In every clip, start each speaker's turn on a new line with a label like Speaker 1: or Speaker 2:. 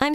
Speaker 1: I'm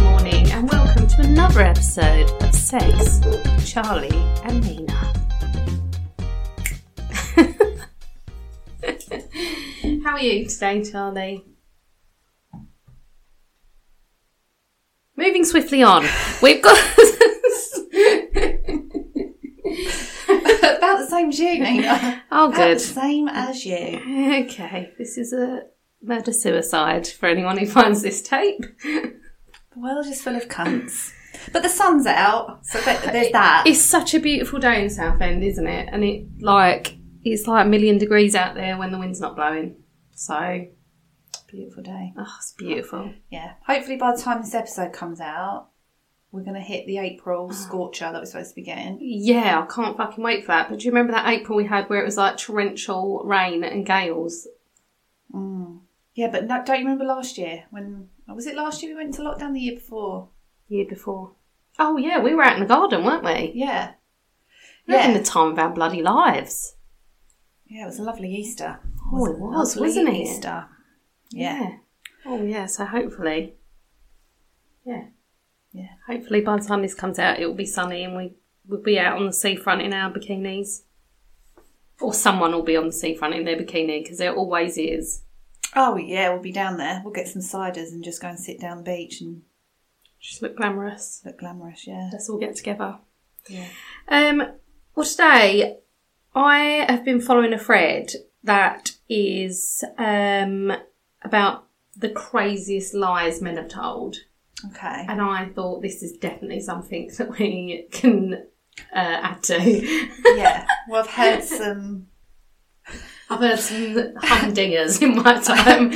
Speaker 2: morning and welcome to another episode of Sex, Charlie and Nina. How are you today, Charlie? Moving swiftly on, we've got
Speaker 3: About the same as you, Nina.
Speaker 2: Oh,
Speaker 3: About
Speaker 2: good.
Speaker 3: the same as you.
Speaker 2: okay. This is a murder suicide for anyone who finds this tape.
Speaker 3: The world is full of cunts. But the sun's out, so th- there's that.
Speaker 2: It's such a beautiful day in Southend, isn't it? And it like it's like a million degrees out there when the wind's not blowing. So
Speaker 3: beautiful day.
Speaker 2: oh, it's beautiful.
Speaker 3: Yeah. Hopefully, by the time this episode comes out, we're going to hit the April scorcher that we're supposed to be getting.
Speaker 2: Yeah, I can't fucking wait for that. But do you remember that April we had where it was like torrential rain and gales?
Speaker 3: Mm. Yeah, but no, don't you remember last year when. Was it last year we went into lockdown the year before?
Speaker 2: Year before. Oh yeah, we were out in the garden, weren't we?
Speaker 3: Yeah.
Speaker 2: We were Having
Speaker 3: Yeah.
Speaker 2: the time of our bloody lives.
Speaker 3: Yeah, it was a lovely Easter.
Speaker 2: Oh, it
Speaker 3: a
Speaker 2: was,
Speaker 3: lovely
Speaker 2: wasn't it?
Speaker 3: Easter. Yeah.
Speaker 2: Oh yeah. So hopefully, yeah,
Speaker 3: Yeah.
Speaker 2: Hopefully by the time this comes out, it will be sunny and we will be out on the seafront in our bikinis. Or someone will be on the seafront in their bikini because there always is.
Speaker 3: Oh, yeah, we'll be down there. We'll get some ciders and just go and sit down the beach and
Speaker 2: Just look glamorous.
Speaker 3: look glamorous, yeah.
Speaker 2: Let's all get together.
Speaker 3: Yeah.
Speaker 2: Um, well, today I have been following a thread that is um, about the craziest lies men have told.
Speaker 3: Okay.
Speaker 2: And I thought this is definitely something that we can uh, add to.
Speaker 3: yeah. Well, I've heard some.
Speaker 2: I've heard some humdingers in my time.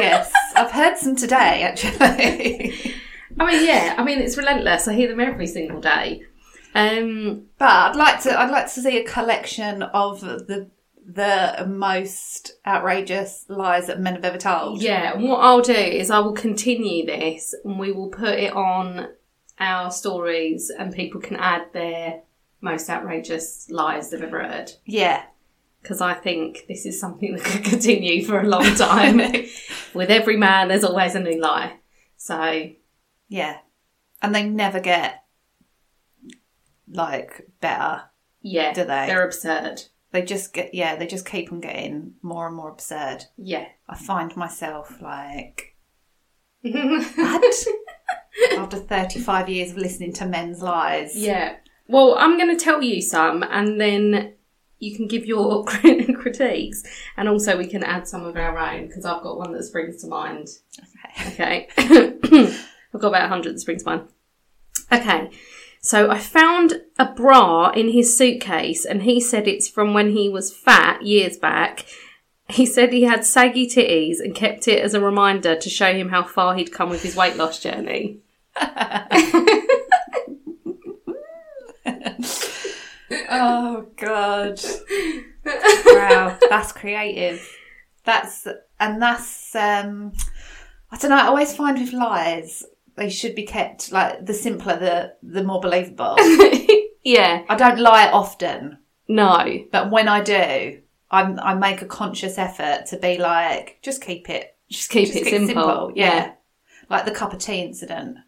Speaker 3: Yes, I've heard some today actually.
Speaker 2: I mean, yeah, I mean, it's relentless. I hear them every single day. Um,
Speaker 3: but I'd like to. I'd like to see a collection of the the most outrageous lies that men have ever told.
Speaker 2: yeah, and what I'll do is I will continue this and we will put it on our stories and people can add their most outrageous lies they've ever heard.
Speaker 3: Yeah.
Speaker 2: Because I think this is something that could continue for a long time. With every man, there's always a new lie. So,
Speaker 3: Yeah. And they never get like better.
Speaker 2: yeah,
Speaker 3: Do they?
Speaker 2: they're absurd.
Speaker 3: They just get. Yeah. They just keep on getting more and more absurd.
Speaker 2: Yeah.
Speaker 3: I find myself like. What? After 35 years of listening to men's lies.
Speaker 2: Yeah. Well, I'm going to tell you some, and then you can give your critiques, and also we can add some of our own because I've got one that springs to mind. Okay. I've got about hundred that springs to mind. Okay. So I found a bra in his suitcase, and he said it's from when he was fat years back. He said he had saggy titties and kept it as a reminder to show him how far he'd come with his weight loss journey.
Speaker 3: Oh god. wow, that's creative. That's and that's um I don't know, I always find with lies they should be kept like the simpler the the more believable.
Speaker 2: Yeah.
Speaker 3: I don't lie often,
Speaker 2: No.
Speaker 3: but when I do, I'm I make a conscious effort to be like just keep it
Speaker 2: Just keep
Speaker 3: just
Speaker 2: it simple.
Speaker 3: Yeah. Like the cup of tea incident.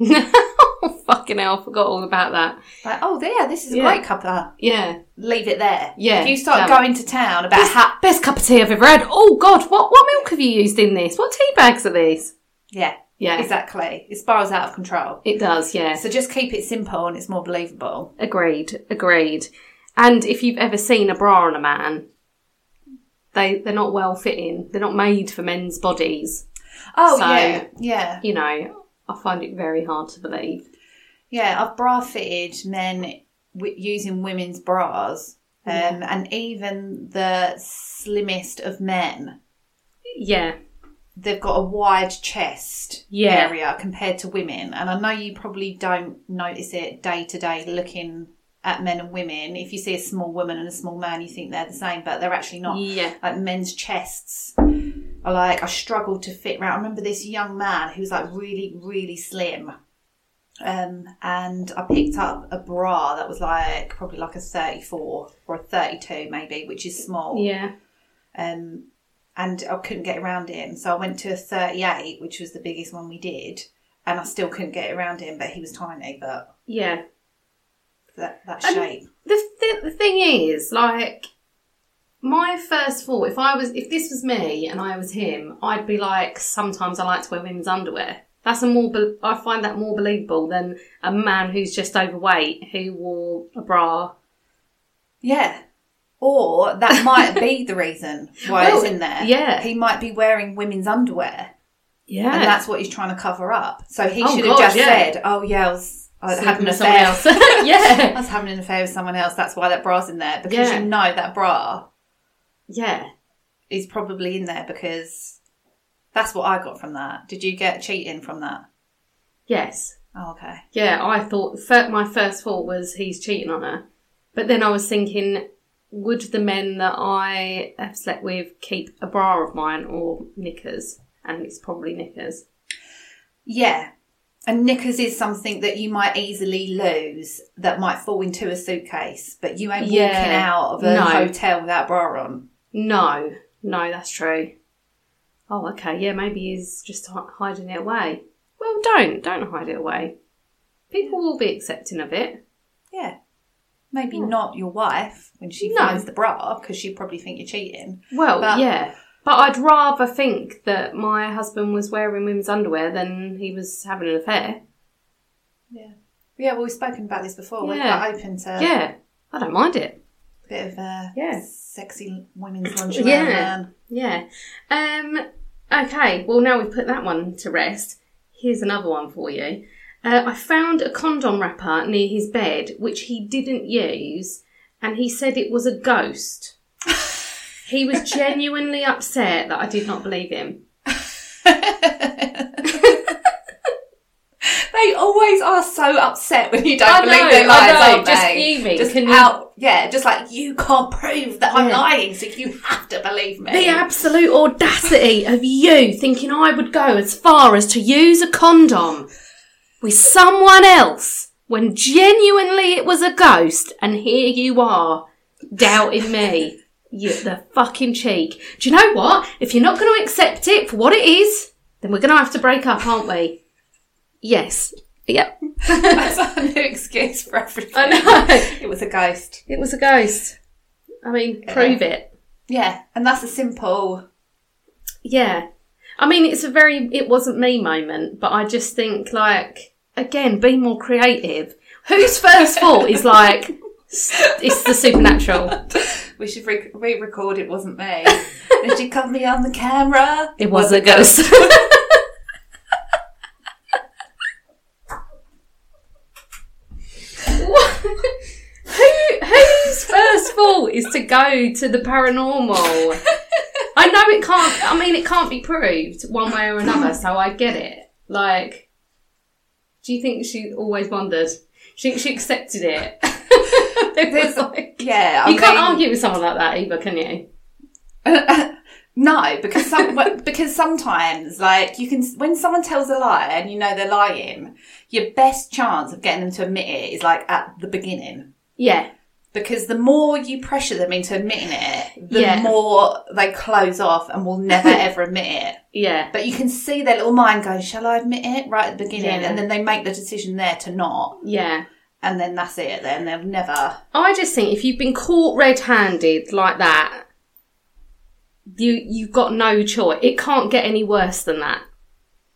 Speaker 2: oh, fucking hell, I forgot all about that.
Speaker 3: Like, oh yeah, this is a
Speaker 2: Yeah.
Speaker 3: great cup of
Speaker 2: Yeah.
Speaker 3: leave it there.
Speaker 2: Yeah,
Speaker 3: If you start
Speaker 2: damn it.
Speaker 3: going to town about how
Speaker 2: Best cup of tea I've ever had. Oh, God, what, what milk have you used in this? What tea bags are these?
Speaker 3: Yeah.
Speaker 2: Yeah.
Speaker 3: Exactly. It spirals out of control.
Speaker 2: It does, yeah.
Speaker 3: So just keep it simple and it's more believable.
Speaker 2: agreed, agreed. And if you've ever seen a bra on a man, they, they're not well fitting. They're not made for men's bodies.
Speaker 3: Oh
Speaker 2: So-
Speaker 3: yeah. Yeah.
Speaker 2: You know, I find it very hard to believe.
Speaker 3: Yeah, I've bra fitted men w- using women's bras, um, and even the slimmest of men,
Speaker 2: Yeah.
Speaker 3: they've got a wide chest
Speaker 2: Yeah.
Speaker 3: area compared to women. And I know you probably don't notice it day to day looking at men and women. If you see a small woman and a small man, you think they're the same, but they're actually not.
Speaker 2: Yeah.
Speaker 3: Like men's chests are like I struggled to fit round. I remember this young man who was like really, really slim. Um, and I picked up a bra that was like probably like a 34 or a 32 maybe, which is small
Speaker 2: Yeah.
Speaker 3: um, and I couldn't get around him. So I went to a 38, which was the biggest one we did, and I still couldn't get around him, but he was tiny, but
Speaker 2: Yeah.
Speaker 3: that, that
Speaker 2: And-
Speaker 3: shape.
Speaker 2: The, th- the thing is, like, my first thought, if I was, if this was me and I was him, I'd be like, sometimes I like to wear women's underwear. That's a more, be- I find that more believable than a man who's just overweight who wore a bra.
Speaker 3: Yeah. Or that might be the reason why
Speaker 2: Well,
Speaker 3: it's in there.
Speaker 2: Oh, yeah.
Speaker 3: He might be wearing women's underwear,
Speaker 2: Yeah.
Speaker 3: and that's what he's trying to cover up. So he
Speaker 2: Oh,
Speaker 3: should
Speaker 2: God,
Speaker 3: have just
Speaker 2: yeah.
Speaker 3: said, oh, yeah, I was, I was having an
Speaker 2: Sleeping with
Speaker 3: affair.
Speaker 2: someone else.
Speaker 3: I
Speaker 2: yeah.
Speaker 3: was having an affair with someone else. That's why that bra's in there, because
Speaker 2: Yeah.
Speaker 3: you know that bra
Speaker 2: Yeah.
Speaker 3: is probably in there because that's what I got from that. Did you get cheating from that?
Speaker 2: Yes.
Speaker 3: Oh, okay.
Speaker 2: Yeah, I thought fir- my first thought was he's cheating on her, but then I was thinking, would the men that I have slept with keep a bra of mine or knickers? And it's probably knickers.
Speaker 3: Yeah. And knickers is something that you might easily lose that might fall into a suitcase, but you ain't walking
Speaker 2: Yeah.
Speaker 3: out of a
Speaker 2: No.
Speaker 3: hotel without a bra on.
Speaker 2: No, no, that's true. Oh, okay, yeah, maybe he's just hi- hiding it away. Well, don't, don't hide it away. People will be accepting of it.
Speaker 3: Yeah. Maybe not your wife when she
Speaker 2: Hmm. No.
Speaker 3: finds the bra because she probably think you're cheating.
Speaker 2: Well,
Speaker 3: But-
Speaker 2: yeah. But I'd rather think that my husband was wearing women's underwear than he was having an affair.
Speaker 3: Yeah. Yeah, well, we've spoken about this before. We're
Speaker 2: Yeah.
Speaker 3: quite open to
Speaker 2: Yeah, I don't mind it.
Speaker 3: a bit of uh,
Speaker 2: Yeah.
Speaker 3: sexy women's lingerie.
Speaker 2: Yeah.
Speaker 3: man.
Speaker 2: Yeah. Um, okay, well, now we've put that one to rest. Here's another one for you. Uh, I found a condom wrapper near his bed, which he didn't use, and he said it was a ghost. he was genuinely upset that I did not believe him.
Speaker 3: They always are so upset when you don't
Speaker 2: I know,
Speaker 3: believe their
Speaker 2: I
Speaker 3: lies,
Speaker 2: know,
Speaker 3: aren't
Speaker 2: just
Speaker 3: they?
Speaker 2: fuming.
Speaker 3: Just
Speaker 2: Can you-
Speaker 3: out, yeah, just like you can't prove that I'm
Speaker 2: Yeah.
Speaker 3: lying, so you have to believe me.
Speaker 2: The absolute audacity of you thinking I would go as far as to use a condom with someone else when genuinely it was a ghost, and here you are doubting me. You, the fucking cheek. Do you know what? If you're not going to accept it for what it is, then we're going to have to break up, aren't we? Yes. Yep.
Speaker 3: That's our new excuse for everything.
Speaker 2: I know.
Speaker 3: It was a ghost.
Speaker 2: It was a ghost. I mean, prove it.
Speaker 3: Yeah, and that's a simple.
Speaker 2: Yeah. I mean, it's a very, it wasn't me moment, but I just think, like, again, be more creative. Whose first thought is like, s- it's the supernatural?
Speaker 3: We should re- re-record. It wasn't me. Did you cut me on the camera?
Speaker 2: It was a ghost. What? Who, whose first thought is to go to the paranormal? I know it can't, I mean, it can't be proved one way or another, so I get it. Like, do you think she always wondered? She, she accepted it. it was like,
Speaker 3: Yeah, I
Speaker 2: you can't
Speaker 3: mean-
Speaker 2: argue with someone like that either, can you?
Speaker 3: No, because some, but- because sometimes, like you can, when someone tells a lie and you know they're lying, your best chance of getting them to admit it is like at the beginning.
Speaker 2: Yeah.
Speaker 3: Because the more you pressure them into admitting it, the
Speaker 2: Yeah.
Speaker 3: more they close off and will never ever admit it.
Speaker 2: Yeah.
Speaker 3: But you can see their little mind going, "Shall I admit it?" Right at the beginning,
Speaker 2: Yeah.
Speaker 3: and then they make the decision there to not,
Speaker 2: Yeah.
Speaker 3: and then that's it. Then they'll never.
Speaker 2: I just think if you've been caught red-handed like that, you you've got no choice. It can't get any worse than that.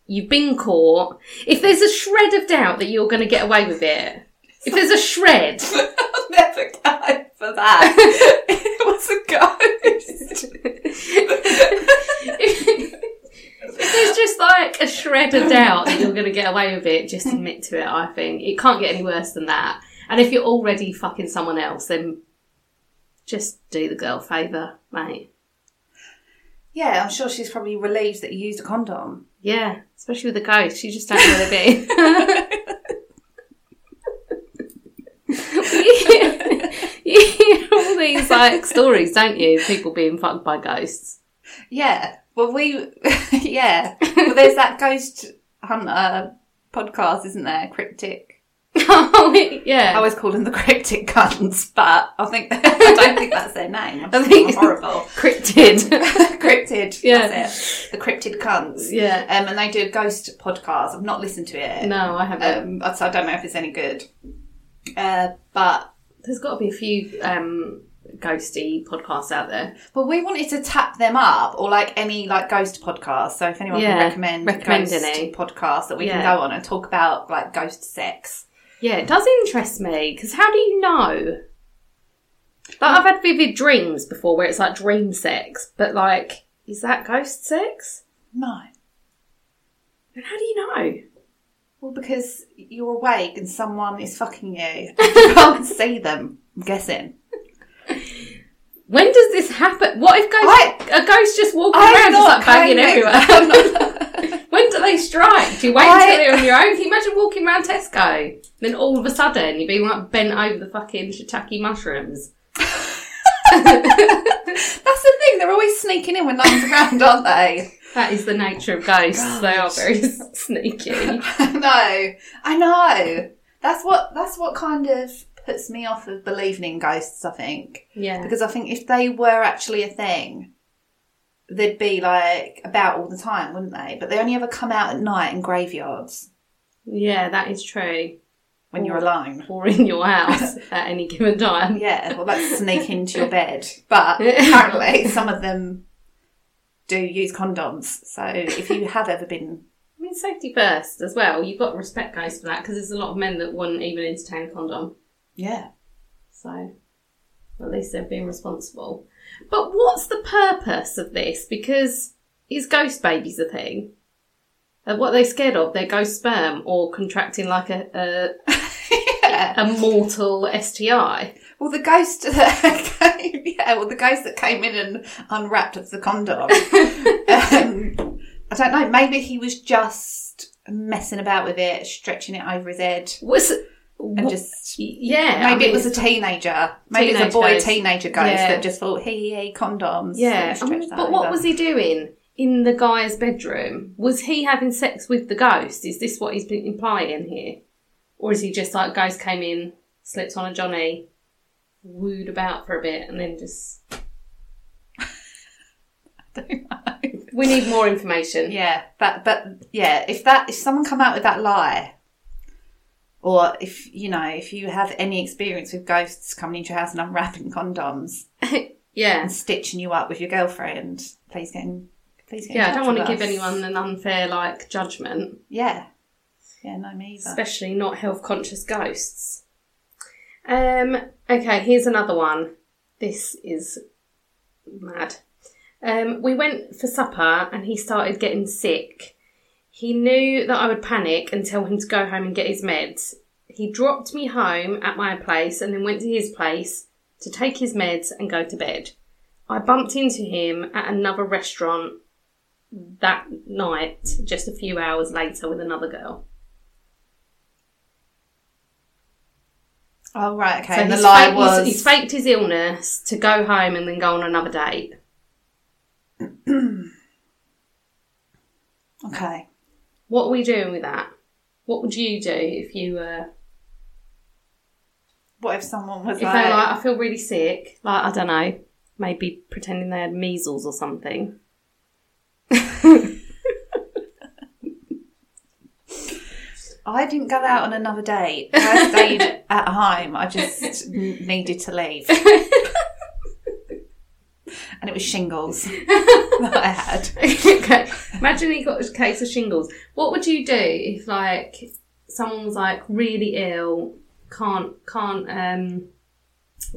Speaker 2: You've been caught. If there's a shred of doubt that you're going to get away with it, if there's a shred,
Speaker 3: I'll never go for that. it was a ghost.
Speaker 2: if If there's just like a shred of doubt that you're going to get away with it, just admit to it, I think. It can't get any worse than that. And if you're already fucking someone else, then just do the girl a favour, mate.
Speaker 3: Yeah, I'm sure she's probably relieved that you used a condom.
Speaker 2: Yeah, especially with the ghost. You just don't know where to be. you hear all these like stories, don't you? People being fucked by ghosts.
Speaker 3: Yeah. Well, we, yeah. Well, there's that ghost hunter podcast, isn't there? Cryptic.
Speaker 2: oh
Speaker 3: I
Speaker 2: yeah.
Speaker 3: always call them the cryptic cunts, but I think I don't think that's their name. I think it's horrible.
Speaker 2: cryptid.
Speaker 3: cryptid.
Speaker 2: Yeah.
Speaker 3: That's it. The cryptid cunts.
Speaker 2: Yeah.
Speaker 3: Um, and they do a ghost podcast. I've not listened to it.
Speaker 2: no, I haven't.
Speaker 3: Um, so I don't know if it's any good. Uh, but
Speaker 2: There's got to be a few um, ghosty podcasts out there.
Speaker 3: but we wanted to tap them up or like any like ghost podcast. So if anyone
Speaker 2: Yeah.
Speaker 3: can recommend,
Speaker 2: Recommend
Speaker 3: ghost
Speaker 2: any.
Speaker 3: podcast that we
Speaker 2: Yeah.
Speaker 3: can go on and talk about like ghost sex.
Speaker 2: Yeah, it does interest me because how do you know? Like, I've had vivid dreams before where it's like dream sex, but like, is that ghost sex?
Speaker 3: No.
Speaker 2: And how do you know?
Speaker 3: Well, because you're awake and someone is fucking you. You can't see them. I'm guessing.
Speaker 2: When does this happen? What if ghosts, a ghost just walking
Speaker 3: I'm
Speaker 2: around just
Speaker 3: not
Speaker 2: like banging
Speaker 3: claiming-
Speaker 2: everywhere? when do they strike? Do you wait
Speaker 3: I-
Speaker 2: until they're on your own? Can you imagine walking around Tesco? Then all of a sudden you're being like bent over the fucking shiitake mushrooms.
Speaker 3: That's the thing. They're always sneaking in when no one's around, aren't they?
Speaker 2: That is the nature of ghosts.
Speaker 3: Oh,
Speaker 2: They are very sneaky.
Speaker 3: no, I know. That's what that's what kind of puts me off of believing in ghosts. I think
Speaker 2: Yeah.
Speaker 3: because I think if they were actually a thing, they'd be like about all the time, wouldn't they? But they only ever come out at night in graveyards
Speaker 2: Yeah, that is true.
Speaker 3: when you're alone.
Speaker 2: Or in your house at any given time.
Speaker 3: Yeah, well, that's sneak into your bed. But apparently, some of them do use condoms. So if you have ever been,
Speaker 2: I mean, safety first as well. You've got to respect ghosts for that because there's a lot of men that wouldn't even entertain a condom.
Speaker 3: yeah,
Speaker 2: So, at least they're being responsible. But what's the purpose of this? Because is ghost babies a thing? And what are they scared of? Their ghost sperm or contracting like a
Speaker 3: yeah.
Speaker 2: a, a mortal STI?
Speaker 3: Well, the ghost that came, yeah, well, the ghost that came in and unwrapped the condom. um, I don't know. Maybe he was just messing about with it, stretching it over his head,
Speaker 2: Was
Speaker 3: and
Speaker 2: what-
Speaker 3: just.
Speaker 2: yeah? I
Speaker 3: Maybe
Speaker 2: mean,
Speaker 3: it was a teenager. Maybe it
Speaker 2: Teenage
Speaker 3: was a boy
Speaker 2: ghost.
Speaker 3: teenager ghost
Speaker 2: Yeah.
Speaker 3: that just thought, hey, hey, condoms.
Speaker 2: Yeah,
Speaker 3: and stretched that
Speaker 2: but what
Speaker 3: over.
Speaker 2: was he doing in the guy's bedroom? Was he having sex with the ghost? Is this what he's been implying here, or is he just like ghost came in, slipped on a Johnny, wooed about for a bit, and then just? We need more information.
Speaker 3: Yeah, but but yeah, if that if someone come out with that lie, or if you know if you have any experience with ghosts coming into your house and unwrapping condoms,
Speaker 2: yeah,
Speaker 3: and stitching you up with your girlfriend. Please get in. Please get. in
Speaker 2: yeah. I
Speaker 3: touch
Speaker 2: don't want
Speaker 3: with
Speaker 2: to give
Speaker 3: us.
Speaker 2: anyone an unfair like judgment.
Speaker 3: Yeah, yeah, no, me either.
Speaker 2: especially not health conscious ghosts. Um, okay, here's another one. This is mad. Um, we went for supper and he started getting sick. He knew that I would panic and tell him to go home and get his meds. He dropped me home at my place and then went to his place to take his meds and go to bed. I bumped into him at another restaurant that night, just a few hours later, with another girl.
Speaker 3: oh right, okay.
Speaker 2: So
Speaker 3: and the
Speaker 2: he's
Speaker 3: lie
Speaker 2: faked- he's-
Speaker 3: was
Speaker 2: he's faked his illness to go home and then go on another date.
Speaker 3: okay.
Speaker 2: What are we doing with that? What would you do if you were
Speaker 3: What if someone was
Speaker 2: if
Speaker 3: like,
Speaker 2: they're like, I feel really sick, like I don't know, maybe pretending they had measles or something.
Speaker 3: I didn't go out on another date. I stayed at home. I just n- needed to leave. And it was shingles that I had.
Speaker 2: okay. Imagine he got a case of shingles. What would you do if like someone was like really ill, can't can't um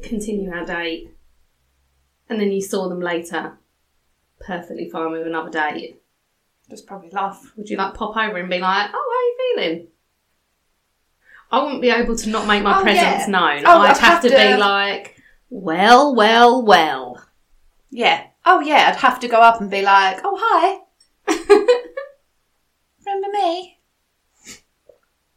Speaker 2: continue our date and then you saw them later perfectly fine with another date.
Speaker 3: Just probably laugh.
Speaker 2: Would you like pop over and be like, "Oh, how are you feeling?" I wouldn't be able to not make my
Speaker 3: Oh,
Speaker 2: presence
Speaker 3: yeah.
Speaker 2: known.
Speaker 3: Oh,
Speaker 2: I'd,
Speaker 3: I'd
Speaker 2: have,
Speaker 3: have
Speaker 2: to, be
Speaker 3: to-
Speaker 2: like, "Well, well, well."
Speaker 3: Yeah. Oh yeah, I'd have to go up and be like, "Oh hi, remember me?"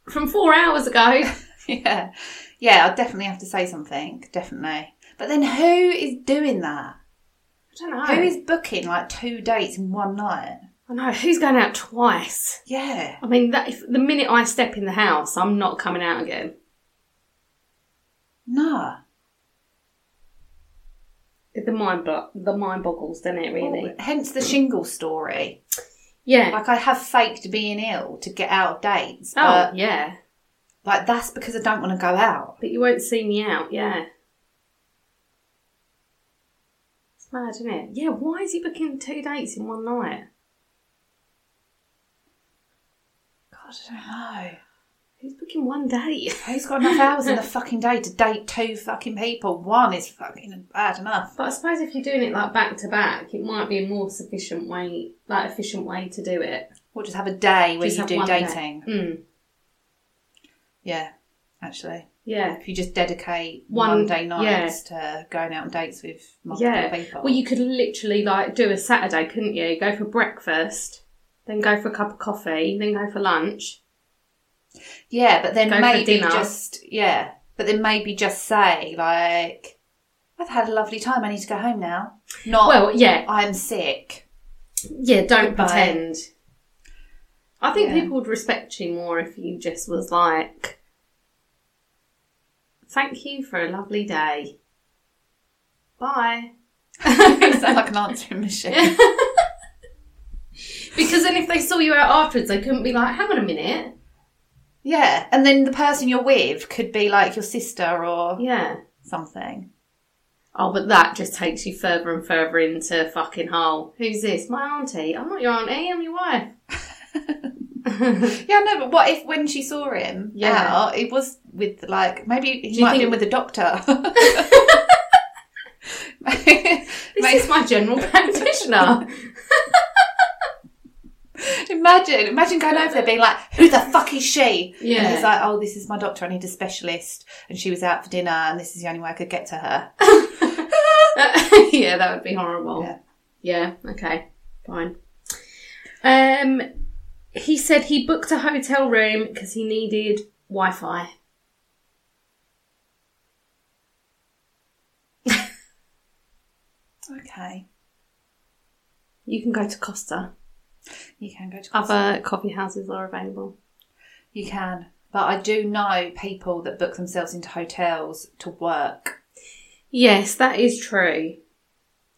Speaker 2: From four hours ago,
Speaker 3: Yeah. Yeah, I'd definitely have to say something. Definitely. But then who is doing that?
Speaker 2: I don't know.
Speaker 3: Who is booking like two dates in one night?
Speaker 2: I know who's going out twice.
Speaker 3: Yeah.
Speaker 2: I mean, that, if, the minute I step in the house, I'm not coming out again.
Speaker 3: No.
Speaker 2: The mind, bo- the mind boggles, doesn't it? Really?
Speaker 3: Well, hence the shingle story.
Speaker 2: yeah.
Speaker 3: Oh, Like I have faked being ill to get out of dates,
Speaker 2: oh,
Speaker 3: but
Speaker 2: yeah.
Speaker 3: like that's because I don't want to go out.
Speaker 2: But you won't see me out. Yeah. It's mad, isn't it? Yeah. Why is he booking two dates in one night?
Speaker 3: God, I don't know.
Speaker 2: Who's booking one date?
Speaker 3: Who's got enough hours in the fucking day to date two fucking people? One is fucking bad enough.
Speaker 2: But I suppose if you're doing it like back to back, it might be a more sufficient way, like efficient way to do it.
Speaker 3: Or just have a day where
Speaker 2: Just
Speaker 3: you
Speaker 2: have
Speaker 3: do
Speaker 2: one day.
Speaker 3: dating.
Speaker 2: Mm,
Speaker 3: Yeah, actually.
Speaker 2: yeah.
Speaker 3: If you just dedicate
Speaker 2: One-
Speaker 3: Monday nights to going out on dates with multiple
Speaker 2: Yeah.
Speaker 3: people.
Speaker 2: Well, you could literally like do a Saturday, couldn't you? Go for breakfast, then go for a cup of coffee, then go for lunch.
Speaker 3: yeah, but then
Speaker 2: go for
Speaker 3: maybe
Speaker 2: dinner.
Speaker 3: just yeah, but then maybe just say like, "I've had a lovely time. I need to go home now." Not
Speaker 2: Well, yeah,
Speaker 3: I'm sick.
Speaker 2: yeah. Don't
Speaker 3: Goodbye.
Speaker 2: pretend. I think
Speaker 3: Yeah.
Speaker 2: people would respect you more if you just was like, "Thank you for a lovely day. Bye."
Speaker 3: Sound like an answering machine.
Speaker 2: Because then if they saw you out afterwards, they couldn't be like, "Hang on a minute."
Speaker 3: yeah, and then the person you're with could be like your sister or
Speaker 2: Yeah.
Speaker 3: something.
Speaker 2: Oh, but that just takes you further and further into fucking hole. Who's this? My auntie. I'm not your auntie. I'm your wife.
Speaker 3: Yeah, no, but what if when she saw him
Speaker 2: Yeah.
Speaker 3: out, it was with like maybe
Speaker 2: Do
Speaker 3: he
Speaker 2: you
Speaker 3: might have
Speaker 2: think-
Speaker 3: been with a doctor.
Speaker 2: This is my general practitioner.
Speaker 3: imagine, imagine going over there being like, "Who the fuck is she?"
Speaker 2: Yeah.
Speaker 3: and he's like, "Oh, this is my doctor. I need a specialist." And she was out for dinner, and this is the only way I could get to her.
Speaker 2: yeah, that would be horrible.
Speaker 3: Yeah.
Speaker 2: Yeah, okay. Fine. Um he said he booked a hotel room because he needed Wi-Fi.
Speaker 3: okay,
Speaker 2: You can go to Costa.
Speaker 3: you can go to
Speaker 2: Other coffee houses are available.
Speaker 3: You can. But I do know people that book themselves into hotels to work
Speaker 2: Yes, that is true.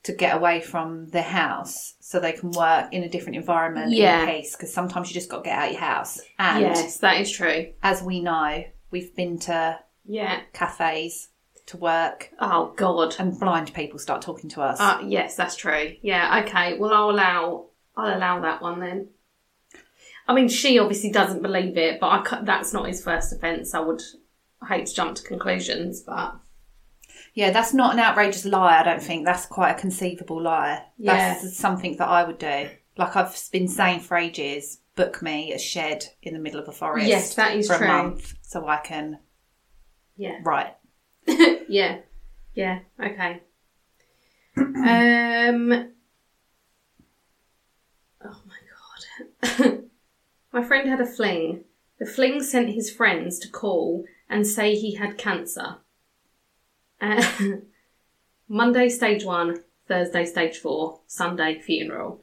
Speaker 3: to get away from their house so they can work in a different environment
Speaker 2: Yeah.
Speaker 3: in peace because sometimes you just got to get out of your house. And
Speaker 2: yes, that is true.
Speaker 3: as we know, we've been to
Speaker 2: Yeah.
Speaker 3: cafes to work
Speaker 2: Oh god.
Speaker 3: and blind people start talking to us.
Speaker 2: Uh, yes, that's true. Yeah, okay. Well, I'll allow I'll allow that one then. I mean, she obviously doesn't believe it, but I ca- that's not his first offence. I would I hate to jump to conclusions, but
Speaker 3: yeah, that's not an outrageous lie, I don't think. That's quite a conceivable lie.
Speaker 2: Yeah.
Speaker 3: That's something that I would do. Like I've been saying for ages, book me a shed in the middle of a forest.
Speaker 2: Yes, that is
Speaker 3: for
Speaker 2: true.
Speaker 3: a month so I can
Speaker 2: yeah,
Speaker 3: Right.
Speaker 2: yeah, yeah. Okay. um. Oh my god. my friend had a fling. The fling sent his friends to call and say he had cancer. Uh, Monday stage one, Thursday stage four, Sunday funeral.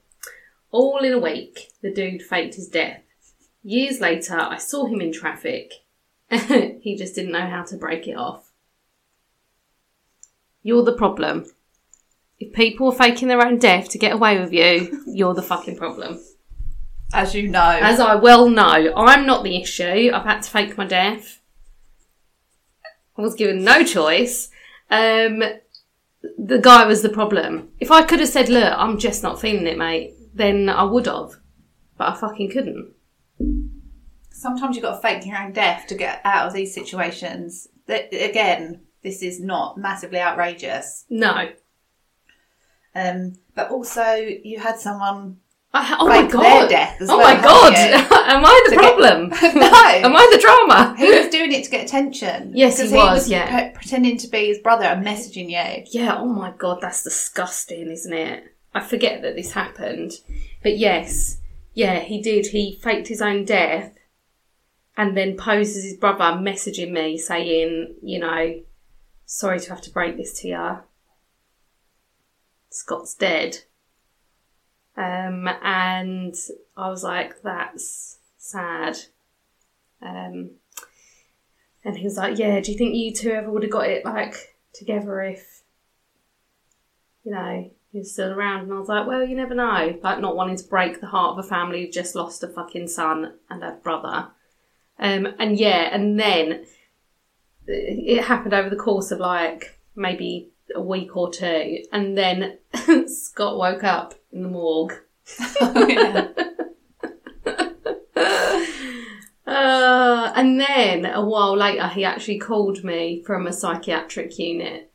Speaker 2: All in a week, the dude faked his death. Years later, I saw him in traffic. he just didn't know how to break it off. You're the problem. If people are faking their own death to get away with you, you're the fucking problem.
Speaker 3: As you know.
Speaker 2: As I well know, I'm not the issue. I've had to fake my death. I was given no choice. Um, the guy was the problem. If I could have said, look, I'm just not feeling it, mate, then I would have. But I fucking couldn't.
Speaker 3: Sometimes you've got to fake your own death to get out of these situations. That, again, this is not massively outrageous.
Speaker 2: No.
Speaker 3: Um, but also, you had someone
Speaker 2: I, oh my
Speaker 3: Like
Speaker 2: god!
Speaker 3: their death as
Speaker 2: oh
Speaker 3: well,
Speaker 2: my god!
Speaker 3: haven't
Speaker 2: Am I the
Speaker 3: To get-
Speaker 2: problem?
Speaker 3: No.
Speaker 2: Am I the drama?
Speaker 3: He was doing it to get attention.
Speaker 2: Yes, he
Speaker 3: 'Cause
Speaker 2: was, yeah.
Speaker 3: pre- pretending to be his brother and messaging you.
Speaker 2: Yeah, oh my god, that's disgusting, isn't it? I forget that this happened. But yes, yeah, he did. He faked his own death and then poses his brother messaging me saying, you know, sorry to have to break this to you. Scott's dead. Um, and I was like, that's sad. Um, and he was like, yeah, do you think you two ever would have got it like together if you know he was still around and i was like well you never know like not wanting to break the heart of a family who've just lost a fucking son and a brother um and yeah and then uh, it happened over the course of like maybe a week or two and then scott woke up in the morgue Oh, Uh, and then a while later, he actually called me from a psychiatric unit.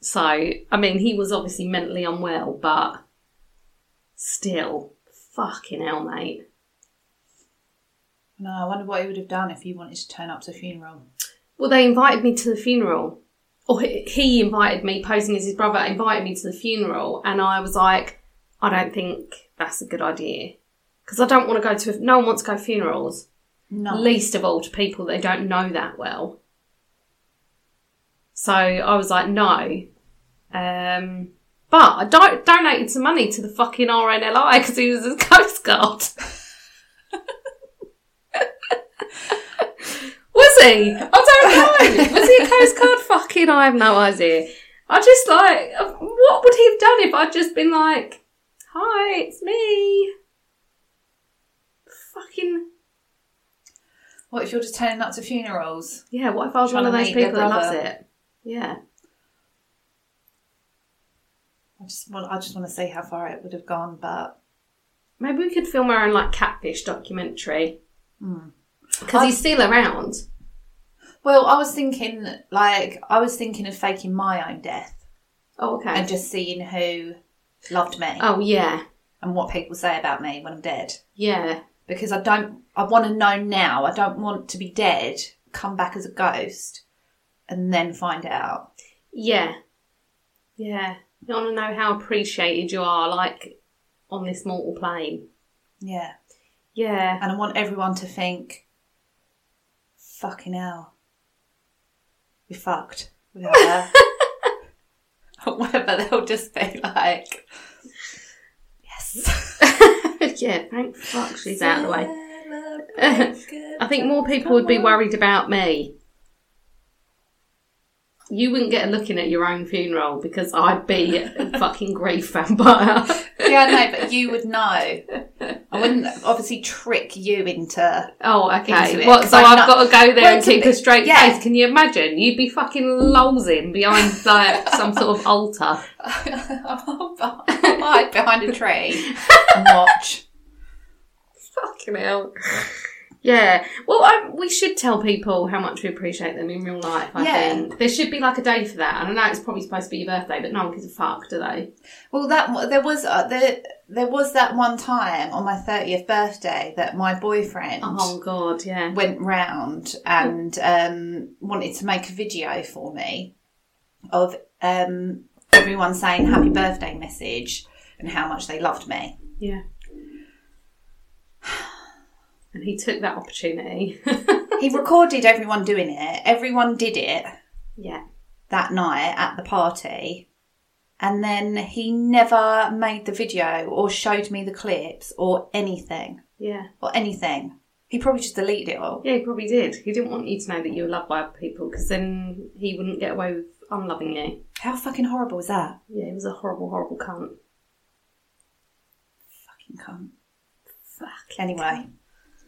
Speaker 2: So, I mean, he was obviously mentally unwell, but still, fucking hell, mate.
Speaker 3: No, I wonder what he would have done if he wanted to turn up to the funeral.
Speaker 2: Well, they invited me to the funeral. Or he- he invited me, posing as his brother, invited me to the funeral. And I was like, I don't think that's a good idea. Because I don't want to go to, a, no one wants to go to funerals.
Speaker 3: No.
Speaker 2: least of all to people they don't know that well. So I was like, no. Um, but I do- donated some money to the fucking RNLI because he was a Coast Guard. was he? I don't know. Was he a Coast Guard? fucking, I have no idea. I just like, what would he have done if I'd just been like, hi, it's me? Fucking
Speaker 3: What if you're just turning up to funerals?
Speaker 2: Yeah, what if I was
Speaker 3: Trying
Speaker 2: one of
Speaker 3: to
Speaker 2: those
Speaker 3: meet their
Speaker 2: people that loves
Speaker 3: brother.
Speaker 2: it? Yeah.
Speaker 3: I just want, I just want to see how far it would have gone, but
Speaker 2: Maybe we could film our own like catfish documentary.
Speaker 3: Hmm.
Speaker 2: Because he's still around.
Speaker 3: well, I was thinking like I was thinking of faking my own death
Speaker 2: Oh, okay.
Speaker 3: and just seeing who loved me
Speaker 2: oh, yeah.
Speaker 3: and what people say about me when I'm dead.
Speaker 2: Yeah.
Speaker 3: because I don't. I want to know now. I don't want to be dead, come back as a ghost, and then find out.
Speaker 2: Yeah. Yeah. You want to know how appreciated you are, like, on this mortal plane.
Speaker 3: Yeah,
Speaker 2: Yeah.
Speaker 3: and I want everyone to think, "Fucking hell, we fucked." without her." Or whatever they'll just be like, "Yes,
Speaker 2: yeah, thank fuck she's out of the way. I think more people would be worried about me. You wouldn't get a looking at your own funeral because I'd be a fucking grief vampire.
Speaker 3: yeah, I know, but you would know. I wouldn't obviously trick you into
Speaker 2: Oh, okay.
Speaker 3: into it,
Speaker 2: What,
Speaker 3: 'cause
Speaker 2: so
Speaker 3: I'm
Speaker 2: I've
Speaker 3: not-
Speaker 2: got to go there
Speaker 3: Well,
Speaker 2: and
Speaker 3: to
Speaker 2: keep
Speaker 3: be-
Speaker 2: a straight
Speaker 3: yeah.
Speaker 2: face. Can you imagine? You'd be fucking lolsing behind like some sort of altar.
Speaker 3: I'll hide behind a tree and watch.
Speaker 2: Fucking hell. Yeah. Well, I, we should tell people how much we appreciate them in real life. I
Speaker 3: Yeah.
Speaker 2: think there should be like a day for that. And I know it's probably supposed to be your birthday, but no one gives a fuck, do they?
Speaker 3: Well, that there was uh, there there was that one time on my thirtieth birthday that my boyfriend
Speaker 2: Oh god, yeah.
Speaker 3: went round and um, wanted to make a video for me of um, everyone saying happy birthday message and how much they loved me.
Speaker 2: Yeah. And he took that opportunity.
Speaker 3: He recorded everyone doing it. Everyone did it.
Speaker 2: yeah.
Speaker 3: that night at the party and then he never made the video or showed me the clips or anything
Speaker 2: Yeah.
Speaker 3: or anything he probably just deleted it all
Speaker 2: Yeah, he probably did. He didn't want you to know that you were loved by other people because then he wouldn't get away with unloving you.
Speaker 3: how fucking horrible is that
Speaker 2: Yeah, he was a horrible, horrible cunt.
Speaker 3: fucking cunt fuck anyway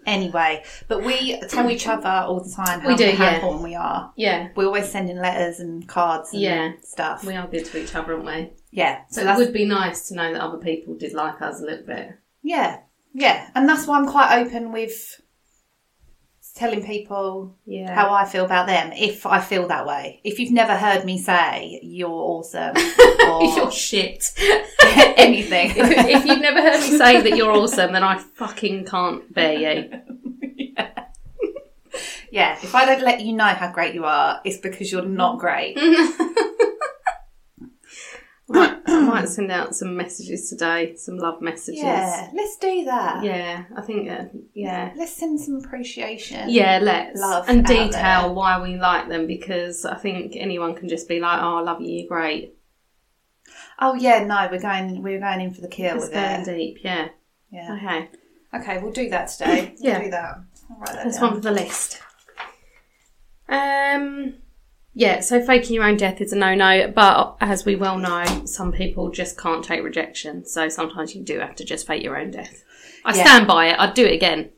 Speaker 3: anyway but we tell each other all the time how,
Speaker 2: We do,
Speaker 3: how
Speaker 2: yeah.
Speaker 3: important we are
Speaker 2: Yeah,
Speaker 3: we're always sending letters and cards and
Speaker 2: Yeah.
Speaker 3: stuff
Speaker 2: we are good to each other, aren't we?
Speaker 3: yeah
Speaker 2: So it would be nice to know that other people did like us a little bit.
Speaker 3: Yeah, yeah, and that's why I'm quite open with telling people
Speaker 2: Yeah.
Speaker 3: how I feel about them if I feel that way. If you've never heard me say you're awesome
Speaker 2: You're
Speaker 3: or
Speaker 2: shit.
Speaker 3: anything,
Speaker 2: if you've never heard me say that you're awesome, then I fucking can't bear you.
Speaker 3: yeah, if I don't let you know how great you are, it's because you're not
Speaker 2: Mm-hmm.
Speaker 3: great.
Speaker 2: Right, I might send out some messages today, some love messages.
Speaker 3: Yeah, let's do that.
Speaker 2: Yeah, I think, uh, yeah.
Speaker 3: Let's send some appreciation.
Speaker 2: Yeah, let's.
Speaker 3: Love
Speaker 2: and
Speaker 3: out there.
Speaker 2: detail why we like them because I think anyone can just be like, oh, I love you, you're great.
Speaker 3: Oh yeah, no, we're going. We're going in for the kill
Speaker 2: It's
Speaker 3: with it.
Speaker 2: going deep, yeah.
Speaker 3: Yeah.
Speaker 2: Okay,
Speaker 3: Okay, we'll do that today.
Speaker 2: Yeah.
Speaker 3: We'll do that. I'll write that
Speaker 2: that's
Speaker 3: down.
Speaker 2: one for the list. Um, yeah, so faking your own death is a no no, but as we well know, some people just can't take rejection, so sometimes you do have to just fake your own death. I
Speaker 3: Yeah.
Speaker 2: stand by it, I'd do it again.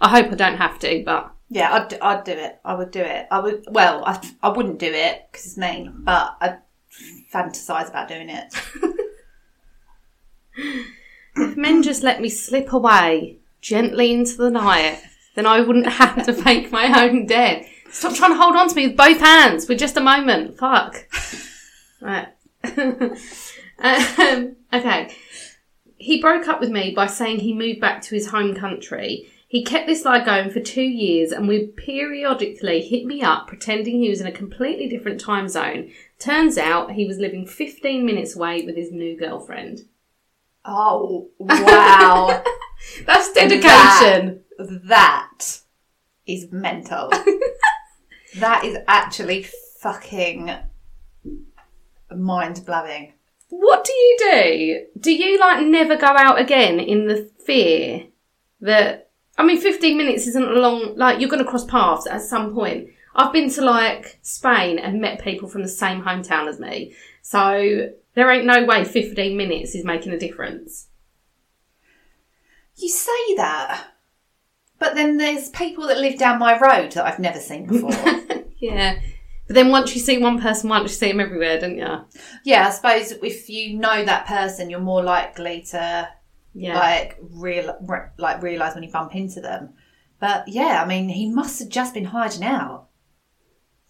Speaker 2: I hope I don't have to, but
Speaker 3: Yeah, I'd, I'd do it. I would do it. I would. Well, I, I wouldn't do it because it's me, but I fantasize about doing it.
Speaker 2: if men just let me slip away gently into the night, then I wouldn't have to fake my own death. Stop trying to hold on to me with both hands. We're just a moment. Fuck. Right. um, okay. He broke up with me by saying he moved back to his home country. He kept this lie going for two years and would periodically hit me up pretending he was in a completely different time zone. Turns out he was living 15 minutes away with his new girlfriend.
Speaker 3: Oh wow,
Speaker 2: That's
Speaker 3: dedication. that is mental. that is actually fucking mind blowing.
Speaker 2: What do you do? Do you like never go out again in the fear that I mean, fifteen minutes isn't a long. Like you're going to cross paths at some point. I've been to like Spain and met people from the same hometown as me, so there ain't no way fifteen minutes is making a difference.
Speaker 3: You say that, but then there's people that live down my road that I've never seen before.
Speaker 2: Yeah, but then once you see one person once, you see them everywhere, don't you?
Speaker 3: Yeah, I suppose if you know that person, you're more likely to
Speaker 2: Yeah,
Speaker 3: like real re- like realize when you bump into them. But yeah, I mean, he must have just been hiding out,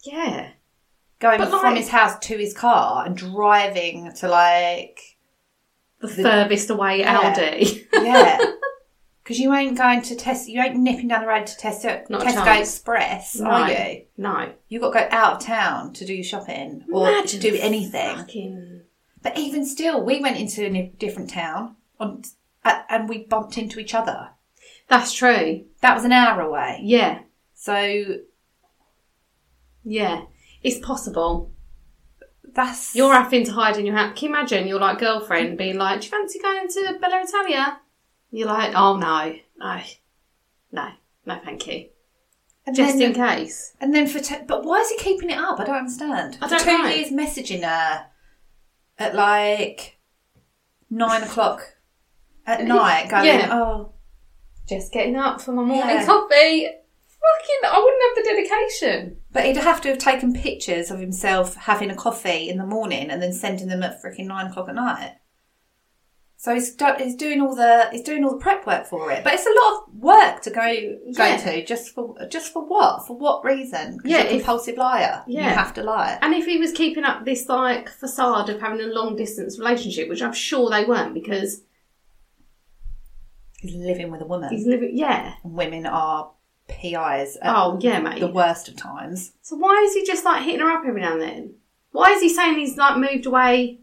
Speaker 2: yeah.
Speaker 3: going
Speaker 2: But,
Speaker 3: from
Speaker 2: like-
Speaker 3: his house to his car and driving to like
Speaker 2: The, furthest away
Speaker 3: Yeah.
Speaker 2: Aldi.
Speaker 3: yeah, because you ain't going to test, you ain't nipping down the road to Tesco,
Speaker 2: Not a
Speaker 3: Tesco
Speaker 2: chance.
Speaker 3: Express,
Speaker 2: No.
Speaker 3: are you?
Speaker 2: No.
Speaker 3: You got to go out of town to do your shopping or
Speaker 2: Imagine
Speaker 3: do anything.
Speaker 2: Fucking
Speaker 3: But even still, we went into a n- different town on, a- and we bumped into each other.
Speaker 2: That's true.
Speaker 3: That was an hour away.
Speaker 2: Yeah.
Speaker 3: So
Speaker 2: Yeah. It's possible.
Speaker 3: that's
Speaker 2: You're having to hide in your house. Can you imagine your like girlfriend being like, Do you fancy going to Bella Italia? You're like, Oh no, no, no, no, thank you.
Speaker 3: and
Speaker 2: Just
Speaker 3: then,
Speaker 2: in case.
Speaker 3: And then for te- but why is he keeping it up? I don't understand.
Speaker 2: I don't
Speaker 3: Two
Speaker 2: know.
Speaker 3: years messaging her at like nine o'clock at night, going,
Speaker 2: Yeah.
Speaker 3: "Oh,
Speaker 2: Just getting up for my morning
Speaker 3: Yeah.
Speaker 2: coffee. Fucking I wouldn't have the dedication.
Speaker 3: But he'd have to have taken pictures of himself having a coffee in the morning and then sending them at freaking nine o'clock at night. So he's, do- he's doing all the he's doing all the prep work for it, but it's a lot of work to go go
Speaker 2: Yeah.
Speaker 3: to just for just for what for what reason? 'Cause
Speaker 2: Yeah,
Speaker 3: you're a
Speaker 2: if-
Speaker 3: compulsive liar. you
Speaker 2: Yeah.
Speaker 3: have to lie.
Speaker 2: And if he was keeping up this like facade of having a long distance relationship, which I'm sure they weren't because
Speaker 3: He's living with a
Speaker 2: he's
Speaker 3: woman.
Speaker 2: living yeah.
Speaker 3: And Women are PIs at
Speaker 2: Oh yeah, mate.
Speaker 3: the worst of times.
Speaker 2: So why is he just like hitting her up every now and then? Why is he saying he's like moved away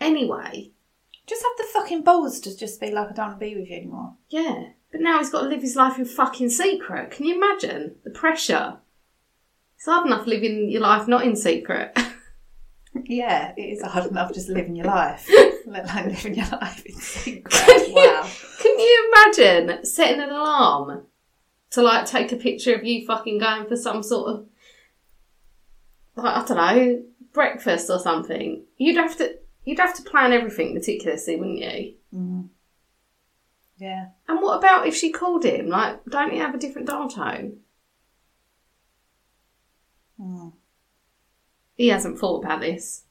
Speaker 2: anyway?
Speaker 3: Just have the fucking balls to just be like, I don't want to be with you anymore.
Speaker 2: Yeah. But now he's got to live his life in fucking secret. Can you imagine the pressure? It's hard enough living your life not in secret.
Speaker 3: Yeah, it is hard enough just living your life. Let alone living your life in secret. Wow.
Speaker 2: Can you imagine setting an alarm to like take a picture of you fucking going for some sort of like I don't know breakfast or something? You'd have to you'd have to plan everything meticulously, wouldn't you?
Speaker 3: Yeah.
Speaker 2: And what about if she called him? Like, don't he have a different dial tone? He hasn't thought about this.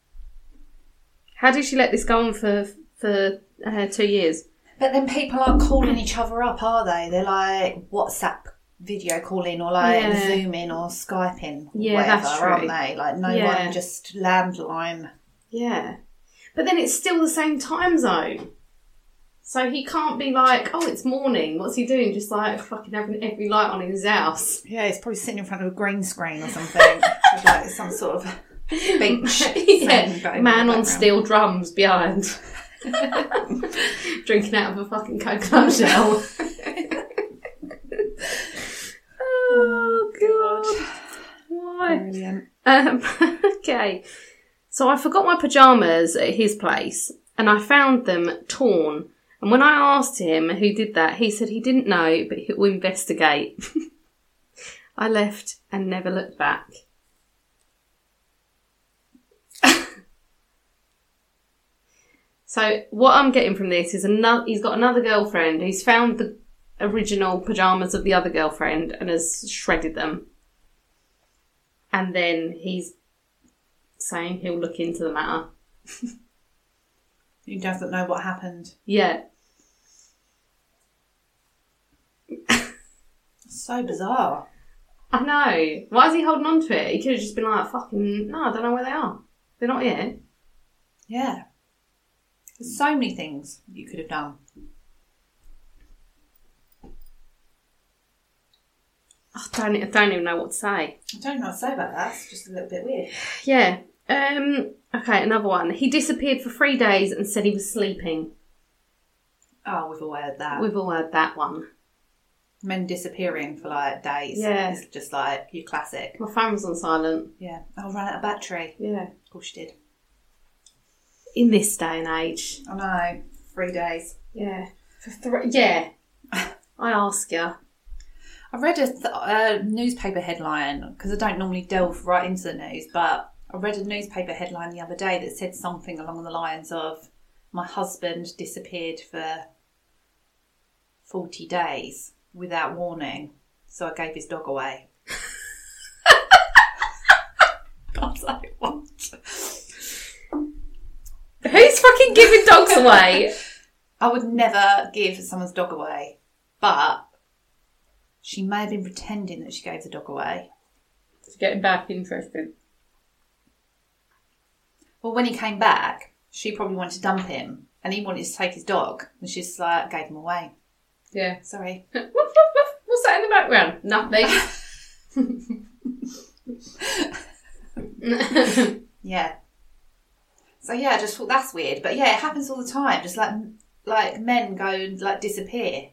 Speaker 2: How did she let this go on for for uh, two years?
Speaker 3: But then people aren't calling each other up, are they? They're like WhatsApp video calling or like
Speaker 2: Yeah.
Speaker 3: Zooming or Skyping,
Speaker 2: Yeah,
Speaker 3: whatever,
Speaker 2: that's
Speaker 3: aren't
Speaker 2: true.
Speaker 3: they? Like no
Speaker 2: Yeah.
Speaker 3: one just landline.
Speaker 2: Yeah. But then it's still the same time zone. So he can't be like, oh, it's morning. What's he doing? Just like fucking having every light on in his house.
Speaker 3: Yeah, it's probably sitting in front of a green screen or something, with like some sort of beach thing going
Speaker 2: yeah.
Speaker 3: in
Speaker 2: Man
Speaker 3: the
Speaker 2: on
Speaker 3: background.
Speaker 2: steel drums behind. Drinking out of a fucking coconut shell. oh, God. Why?
Speaker 3: Brilliant.
Speaker 2: Um, okay. So I forgot my pajamas at his place and I found them torn. And when I asked him who did that, he said he didn't know, but he'll investigate. I left and never looked back. so what I'm getting from this is another he's got another girlfriend who's found the original pajamas of the other girlfriend and has shredded them and then he's saying he'll look into the matter.
Speaker 3: He doesn't know what happened.
Speaker 2: Yeah,
Speaker 3: So bizarre.
Speaker 2: I know. Why is he holding on to it? He could have just been like, "Fucking no, I don't know where they are. They're not here."
Speaker 3: Yeah. There's so many things you could have done.
Speaker 2: I don't, e, I don't even know what to say.
Speaker 3: I don't know what to say about that. It's just a little bit weird.
Speaker 2: Yeah. Um. Okay, another one. He disappeared for three days and said he was sleeping.
Speaker 3: Oh, we've all heard that.
Speaker 2: We've all heard that one.
Speaker 3: Men disappearing for like days.
Speaker 2: Yeah.
Speaker 3: It's just like your classic.
Speaker 2: My phone was on silent.
Speaker 3: Yeah. Oh, ran out of battery.
Speaker 2: Yeah.
Speaker 3: Of course you did.
Speaker 2: In this day and age.
Speaker 3: I know. Three days.
Speaker 2: Yeah. For three. Yeah. I ask you.
Speaker 3: I read a th- uh, newspaper headline because I don't normally delve right into the news, but I read a newspaper headline the other day that said something along the lines of "My husband disappeared for forty days without warning, so I gave his dog away." I was like, "What?"
Speaker 2: Who's fucking giving dogs away?
Speaker 3: I would never give someone's dog away, but she may have been pretending that she gave the dog away.
Speaker 2: it's getting back interested.
Speaker 3: Well, when he came back, she probably wanted to dump him, and he wanted to take his dog, and she's just like, gave him away.
Speaker 2: Yeah.
Speaker 3: Sorry.
Speaker 2: Woof, woof, woof. What's that in the background? Nothing.
Speaker 3: Yeah. So yeah, I just thought that's weird, but yeah, it happens all the time. Just like like men go and like disappear.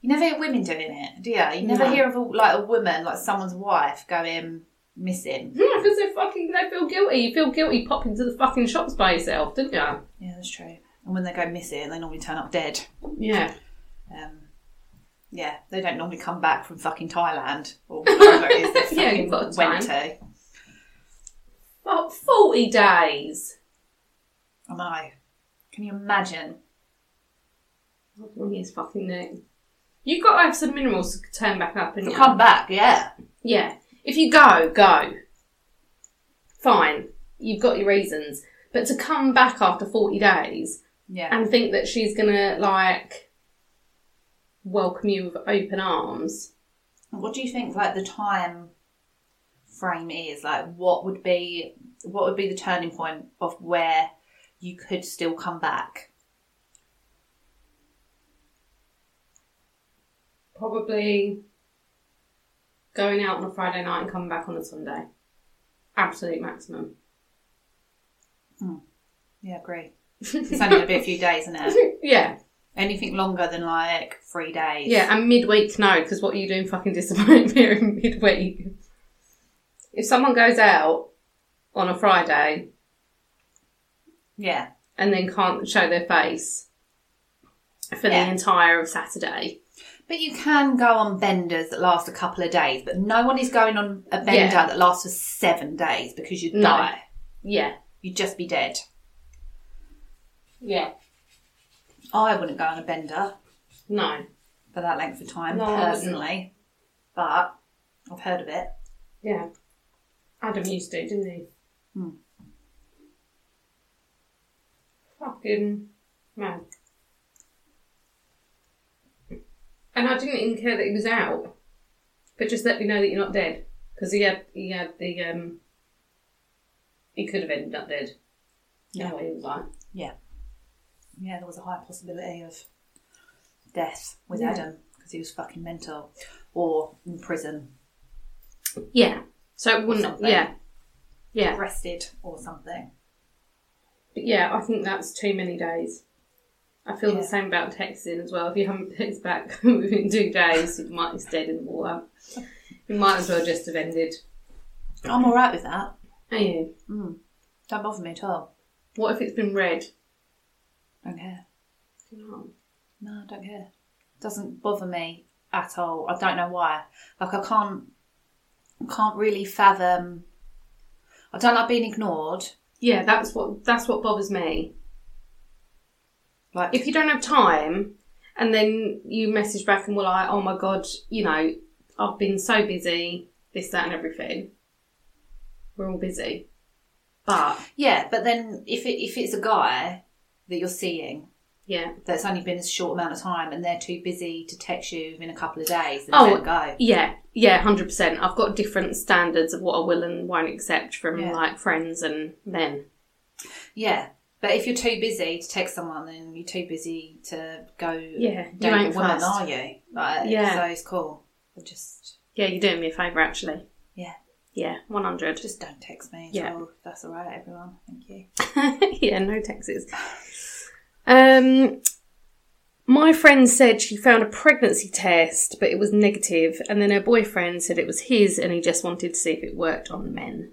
Speaker 3: You never hear women doing it, do you? You never
Speaker 2: No.
Speaker 3: hear of a, like a woman, like someone's wife, going missing.
Speaker 2: Because they fucking they feel guilty. You feel guilty popping to the fucking shops by yourself, didn't you?
Speaker 3: Yeah, that's true. And when they go missing, they normally turn up dead.
Speaker 2: Yeah.
Speaker 3: Um, yeah, they don't normally come back from fucking Thailand or whatever it is they
Speaker 2: Yeah,
Speaker 3: fucking
Speaker 2: you've got
Speaker 3: went
Speaker 2: time.
Speaker 3: to.
Speaker 2: Well, forty days.
Speaker 3: I know. Can you imagine?
Speaker 2: Well, He's fucking new. You got to have some minerals to turn back up, and
Speaker 3: They'll come back, yeah.
Speaker 2: yeah. If you go, go. Fine, you've got your reasons, but to come back after forty days
Speaker 3: Yeah.
Speaker 2: and think that she's gonna like welcome you with open arms.
Speaker 3: what do you think like the time frame is? Like what would be what would be the turning point of where you could still come back?
Speaker 2: Probably going out on a Friday night and coming back on a Sunday. Absolute maximum.
Speaker 3: Yeah, agree. It's only gonna be a few days, isn't it?
Speaker 2: yeah.
Speaker 3: Anything longer than like three days.
Speaker 2: Yeah, and midweek, no, because what are you doing fucking disappearing midweek? If someone goes out on a Friday
Speaker 3: Yeah.
Speaker 2: and then can't show their face for
Speaker 3: Yeah.
Speaker 2: the entire of Saturday,
Speaker 3: But you can go on benders that last a couple of days, but no one is going on a bender
Speaker 2: Yeah.
Speaker 3: that lasts for seven days because you'd
Speaker 2: No.
Speaker 3: die.
Speaker 2: yeah.
Speaker 3: You'd just be dead.
Speaker 2: Yeah.
Speaker 3: I wouldn't go on a bender.
Speaker 2: No.
Speaker 3: for that length of time
Speaker 2: No, I wouldn't.
Speaker 3: personally, but I've heard of it.
Speaker 2: Yeah. Adam used to, didn't he?
Speaker 3: Hmm.
Speaker 2: Fucking man. And I didn't even care that he was out. But just let me know that you're not dead, because he had he had the um. He could have ended up dead. You know what he was like.
Speaker 3: Yeah. Yeah, there was a high possibility of death with
Speaker 2: Yeah.
Speaker 3: Adam because he was fucking mental or in prison,
Speaker 2: Yeah. So it wouldn't.
Speaker 3: Something.
Speaker 2: Yeah. Yeah.
Speaker 3: arrested or something.
Speaker 2: But yeah, I think that's too many days. I feel
Speaker 3: Yeah.
Speaker 2: the same about texting as well. If you haven't texted back within two days, it might it's dead in the water. You might as well just have ended.
Speaker 3: I'm alright with that.
Speaker 2: Are you?
Speaker 3: Don't bother me at all.
Speaker 2: What if it's been read?
Speaker 3: Don't care.
Speaker 2: No.
Speaker 3: No, I don't care. Doesn't bother me at all. I don't know why. Like I can't, can't really fathom. I don't like being ignored.
Speaker 2: Yeah, that's what that's what bothers me.
Speaker 3: Like
Speaker 2: If you don't have time, and then you message back and we're like, "Oh my god, you know, I've been so busy, this, that, and everything." We're all busy, but
Speaker 3: yeah, but then if it, if it's a guy that you're seeing
Speaker 2: yeah,
Speaker 3: that's only been a short amount of time and they're too busy to text you within a couple of days, then
Speaker 2: Oh,
Speaker 3: don't go.
Speaker 2: yeah, yeah, hundred percent. I've got different standards of what I will and won't accept from
Speaker 3: Yeah.
Speaker 2: like friends and men.
Speaker 3: Yeah. But if you're too busy to text someone, then you're too busy to go
Speaker 2: Yeah, you
Speaker 3: date
Speaker 2: ain't
Speaker 3: a woman,
Speaker 2: fussed.
Speaker 3: are you? Like,
Speaker 2: Yeah.
Speaker 3: So it's cool. But just,
Speaker 2: Yeah, you're doing me a favour, actually.
Speaker 3: yeah,
Speaker 2: Yeah, one hundred.
Speaker 3: just don't text me.
Speaker 2: Yeah.
Speaker 3: Yeah. that's all right, everyone. Thank you.
Speaker 2: yeah, no taxes. Um, my friend said she found a pregnancy test, but it was negative, and then her boyfriend said it was his, and he just wanted to see if it worked on men.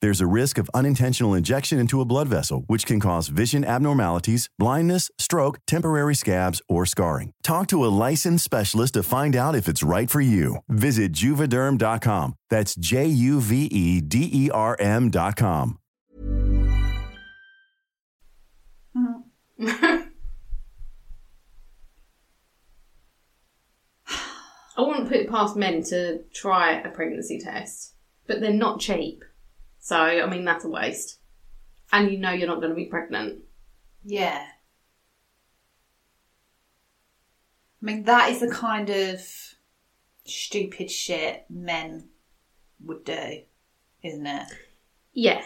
Speaker 4: There's a risk of unintentional injection into a blood vessel, which can cause vision abnormalities, blindness, stroke, temporary scabs, or scarring. Talk to a licensed specialist to find out if it's right for you. Visit juvederm.com. That's J U V E D E R M.com.
Speaker 3: Mm-hmm.
Speaker 2: I wouldn't put it past men to try a pregnancy test, but they're not cheap, so I mean that's a waste. And you know you're not going to be pregnant.
Speaker 3: Yeah. I mean, that is the kind of stupid shit men would do, isn't it?
Speaker 2: Yeah.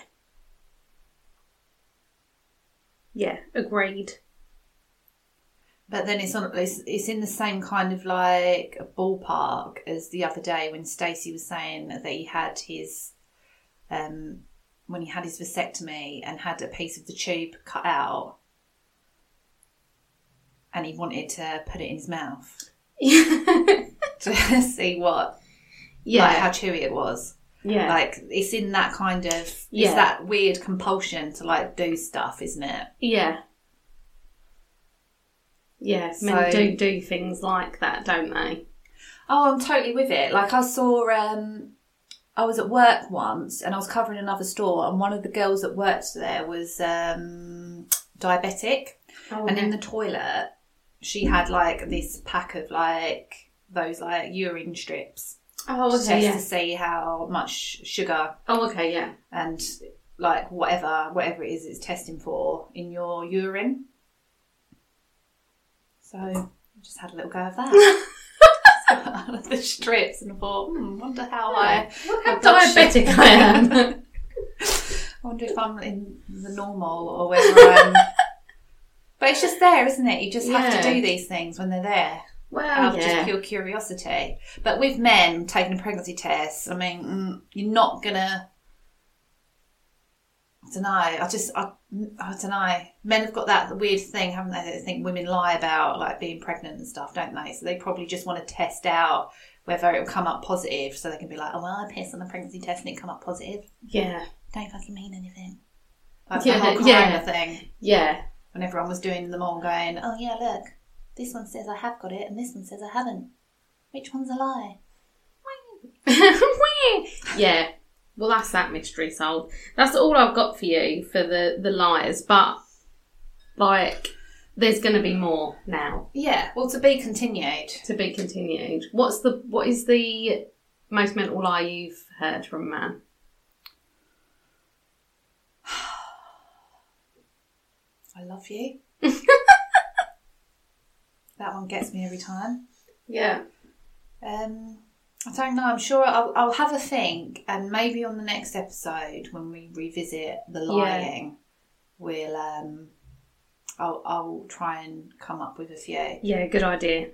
Speaker 2: Yeah, agreed.
Speaker 3: But then it's on. It's, it's in the same kind of like ballpark as the other day when Stacey was saying that he had his, um, when he had his vasectomy and had a piece of the tube cut out, and he wanted to put it in his mouth to see what,
Speaker 2: Yeah.
Speaker 3: like how chewy it was.
Speaker 2: yeah.
Speaker 3: Like it's in that kind of,
Speaker 2: Yeah.
Speaker 3: it's that weird compulsion to like do stuff, isn't it?
Speaker 2: Yeah. Yeah, men
Speaker 3: So-
Speaker 2: do do things like that, don't they?
Speaker 3: Oh, I'm totally with it. Like I saw, um, I was at work once and I was covering another store, and one of the girls that worked there was um, diabetic,
Speaker 2: Oh,
Speaker 3: and in the toilet she had like this pack of like those like urine strips
Speaker 2: oh,
Speaker 3: just
Speaker 2: okay,
Speaker 3: to
Speaker 2: yeah.
Speaker 3: see how much sugar
Speaker 2: Oh, okay, yeah.
Speaker 3: and like whatever whatever it is it's testing for in your urine. So I just had a little go of that. I love the strips and I thought, hmm, wonder how I
Speaker 2: Look
Speaker 3: how
Speaker 2: how diabetic I am.
Speaker 3: I wonder if I'm in the normal or whether I'm. but it's just there, isn't it? You just have
Speaker 2: Yeah.
Speaker 3: to do these things when they're there.
Speaker 2: Well,
Speaker 3: out of
Speaker 2: Oh, yeah.
Speaker 3: just pure curiosity. But with men taking a pregnancy test, I mean, mm, you're not gonna. I don't know. I just I, I don't know. Men have got that weird thing, haven't they? That they think women lie about like being pregnant and stuff, don't they? So they probably just want to test out whether it will come up positive, so they can be like, "Oh well, I pissed on the pregnancy test and it come up positive."
Speaker 2: yeah,
Speaker 3: Don't fucking mean anything. Like
Speaker 2: Yeah,
Speaker 3: the whole
Speaker 2: yeah.
Speaker 3: corona thing
Speaker 2: yeah,
Speaker 3: when everyone was doing them all going, oh yeah, look, this one says I have got it and this one says I haven't. Which one's a lie?
Speaker 2: yeah. Well, that's that mystery solved. That's all I've got for you for the the liars, but like, there's going to be more now
Speaker 3: Yeah, well, to be continued.
Speaker 2: to be continued. What's the what is the most mental lie you've heard from a man?
Speaker 3: I love you. that one gets me every time.
Speaker 2: Yeah,
Speaker 3: Um, I don't know. I'm sure I'll, I'll have a think, and maybe on the next episode when we revisit the lying, we'll um, I'll, I'll try and come up with a few.
Speaker 2: yeah, good idea.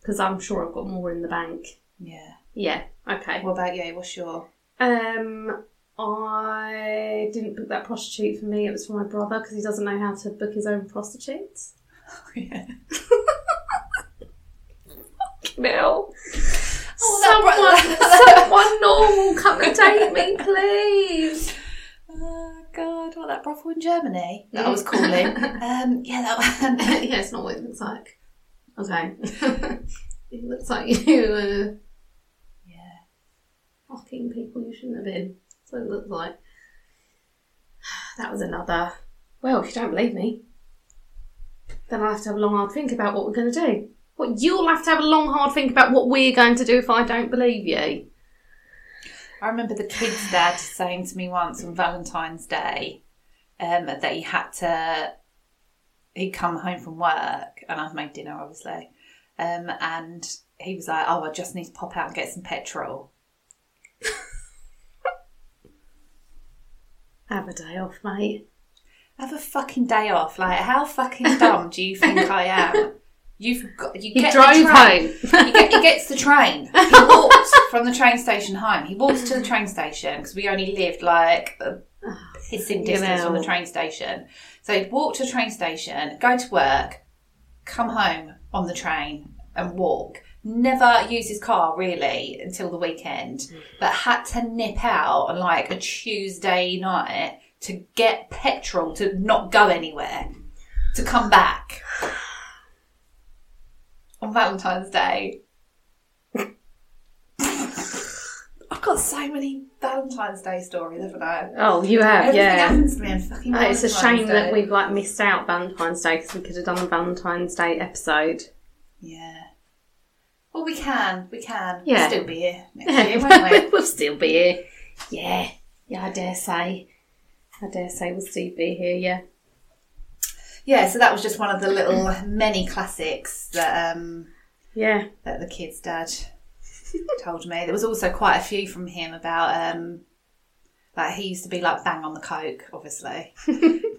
Speaker 2: Because I'm sure I've got more in the bank.
Speaker 3: Yeah.
Speaker 2: Yeah, okay.
Speaker 3: What about you? What's your
Speaker 2: Um, I didn't book that prostitute for me. It was for my brother because he doesn't know how to book his own prostitutes.
Speaker 3: yeah.
Speaker 2: No.
Speaker 3: that
Speaker 2: someone, someone normal, come and date me, please.
Speaker 3: Oh God, what that brothel in Germany that I was calling? um, yeah, that one.
Speaker 2: yeah, it's not what it looks like. Okay. it looks like you were
Speaker 3: yeah,
Speaker 2: fucking people you shouldn't have been. That's what it looks like. That was another. Well, if you don't believe me, then I'll have to have a long, hard think about what we're going to do. Well, you'll have to have a long, hard think about what we're going to do if I don't believe you.
Speaker 3: I remember the kid's dad saying to me once on Valentine's Day um, that he had to. He'd come home from work, and I'd made dinner, obviously, um, and he was like, "Oh, I just need to pop out and get some petrol."
Speaker 2: Have a day off, mate.
Speaker 3: Have a fucking day off. Like, how fucking dumb do you think I am? You've got
Speaker 2: He
Speaker 3: you get the
Speaker 2: drove
Speaker 3: train.
Speaker 2: home.
Speaker 3: he, get, he gets the train. He walks from the train station home. He walks to the train station because we only lived like a pissing distance from the
Speaker 2: hell.
Speaker 3: train station. So he'd walk to the train station, go to work, come home on the train and walk. Never use his car really until the weekend, but had to nip out on like a Tuesday night to get petrol to not go anywhere, to come back on Valentine's Day. I've got so many Valentine's Day stories, haven't I?
Speaker 2: oh, you have,
Speaker 3: Everything
Speaker 2: yeah.
Speaker 3: happens to me on fucking
Speaker 2: Uh, it's a
Speaker 3: Valentine's
Speaker 2: shame
Speaker 3: Day.
Speaker 2: that we've like missed out Valentine's Day because we could have done a Valentine's Day episode.
Speaker 3: Yeah. Well, we can. We can.
Speaker 2: Yeah.
Speaker 3: We'll still be here next year, won't we?
Speaker 2: we'll still be here. Yeah, yeah, I dare say. I dare say we'll still be here, yeah.
Speaker 3: Yeah, so that was just one of the little many classics that um,
Speaker 2: Yeah.
Speaker 3: that the kid's dad told me. There was also quite a few from him about um, like he used to be like bang on the coke, obviously,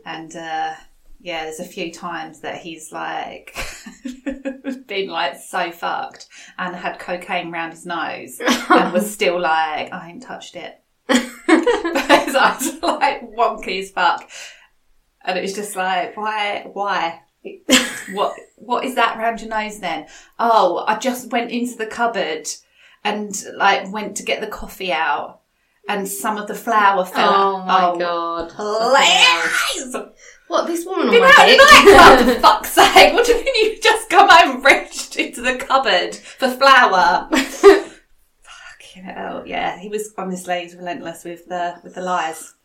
Speaker 3: and uh, yeah, there's a few times that he's like been like so fucked and had cocaine round his nose and was still like I ain't touched it. Because I was like wonky as fuck, and it was just like why why what what is that round your nose then? Oh, I just went into the cupboard and like went to get the coffee out and some of the flour fell.
Speaker 2: Oh my
Speaker 3: out.
Speaker 2: god.
Speaker 3: Please!
Speaker 2: What, this woman on
Speaker 3: Been out in
Speaker 2: my
Speaker 3: the nightclub, Oh, for fuck's sake. What do you mean you just come home and reached into the cupboard for flour? Fucking hell, yeah. He was honestly he was relentless with the with the lies.
Speaker 2: dick?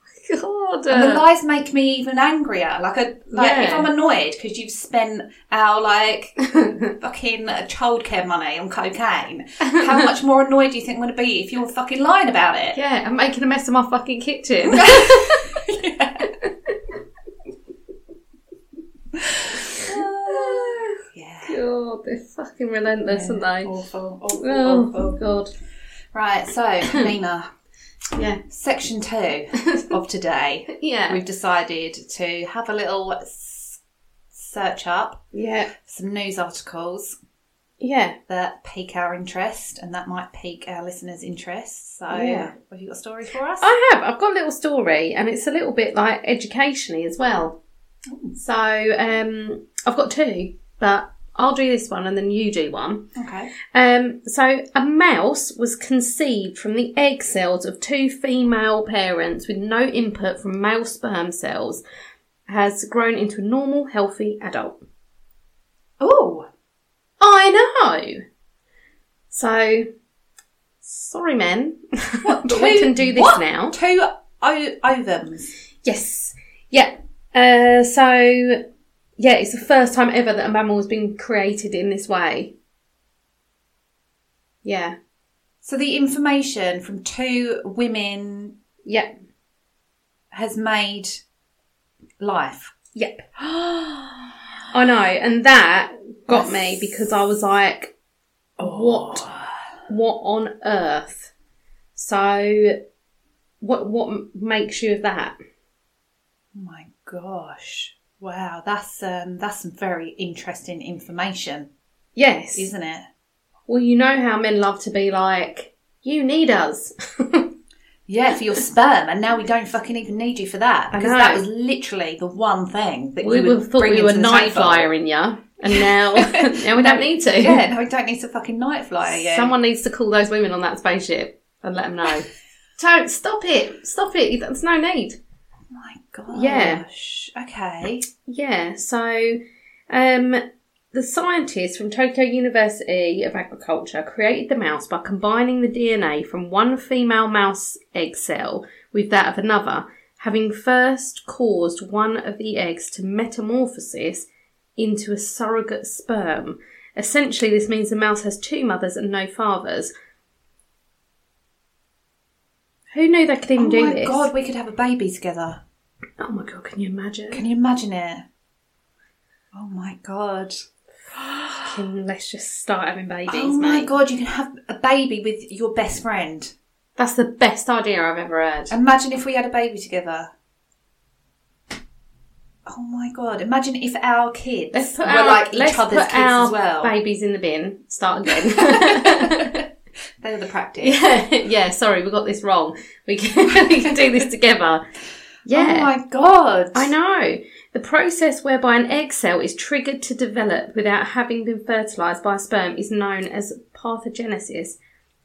Speaker 2: God.
Speaker 3: And the
Speaker 2: uh,
Speaker 3: lies make me even angrier. Like, I, like if
Speaker 2: Yeah.
Speaker 3: I'm annoyed because you've spent our like fucking childcare money on cocaine, how much more annoyed do you think I'm going to be if you're fucking lying about it?
Speaker 2: yeah, I'm making a mess of my fucking kitchen.
Speaker 3: Yeah.
Speaker 2: god, they're fucking relentless, aren't they?
Speaker 3: Awful, awful,
Speaker 2: Oh,
Speaker 3: awful.
Speaker 2: god.
Speaker 3: Right, so Nina,
Speaker 2: Yeah.
Speaker 3: section two of today,
Speaker 2: Yeah.
Speaker 3: we've decided to have a little s- search up
Speaker 2: yeah.
Speaker 3: some news articles
Speaker 2: Yeah.
Speaker 3: that pique our interest and that might pique our listeners' interest. So,
Speaker 2: Yeah.
Speaker 3: have you got a story for us?
Speaker 2: I have. I've got a little story, and it's a little bit like educationally as well. So um, I've got two, but I'll do this one, and then you do one.
Speaker 3: okay.
Speaker 2: Um, so a mouse was conceived from the egg cells of two female parents with no input from male sperm cells. Has grown into a normal, healthy adult.
Speaker 3: Oh,
Speaker 2: I know. So, sorry, men, but we can do this now.
Speaker 3: Two o- ovums.
Speaker 2: Yes. Yeah. Uh, so, yeah, it's the first time ever that a mammal has been created in this way. Yeah.
Speaker 3: So, the information from two women
Speaker 2: Yep.
Speaker 3: has made life.
Speaker 2: Yep. I know. And that got me because I was like, what?
Speaker 3: Oh.
Speaker 2: What on earth? So, what what makes you of that?
Speaker 3: Oh my gosh. Wow, that's um, that's some very interesting information,
Speaker 2: Yes.
Speaker 3: isn't it?
Speaker 2: Well, you know how men love to be like, you need us.
Speaker 3: Yeah, for your sperm, and now we don't fucking even need you for that
Speaker 2: I
Speaker 3: because
Speaker 2: know.
Speaker 3: that was literally the one thing that
Speaker 2: we
Speaker 3: you
Speaker 2: were,
Speaker 3: would
Speaker 2: thought
Speaker 3: bring
Speaker 2: we were
Speaker 3: into the
Speaker 2: night
Speaker 3: table.
Speaker 2: flyering you, and now now we don't need to.
Speaker 3: Yeah, Oh, no, we don't need to fucking night flyer you.
Speaker 2: Someone needs to call those women on that spaceship and let them know. don't stop it, stop it. There's no need.
Speaker 3: Oh my
Speaker 2: Yeah.
Speaker 3: gosh. Okay.
Speaker 2: Yeah. So, um, the scientists from Tokyo University of Agriculture created the mouse by combining the DNA from one female mouse egg cell with that of another, having first caused one of the eggs to metamorphosis into a surrogate sperm. Essentially, this means the mouse has two mothers and no fathers. Who knew they could even
Speaker 3: oh
Speaker 2: do
Speaker 3: my
Speaker 2: this?
Speaker 3: god, we could have a baby together.
Speaker 2: Oh my god, can you imagine?
Speaker 3: Can you imagine it? Oh my god.
Speaker 2: Fucking, let's just start having babies.
Speaker 3: oh my
Speaker 2: mate.
Speaker 3: god, you can have a baby with your best friend.
Speaker 2: That's the best idea I've ever heard.
Speaker 3: Imagine if we had a baby together. Oh my god! Imagine if our kids
Speaker 2: Let's put
Speaker 3: were
Speaker 2: our,
Speaker 3: like each
Speaker 2: let's
Speaker 3: other's
Speaker 2: put
Speaker 3: kids
Speaker 2: our
Speaker 3: as well.
Speaker 2: babies in the bin. Start again.
Speaker 3: They were the practice.
Speaker 2: yeah, yeah, sorry, we got this wrong. We can, we can do this together. Yeah.
Speaker 3: Oh my god!
Speaker 2: I know. The process whereby an egg cell is triggered to develop without having been fertilized by a sperm is known as parthenogenesis.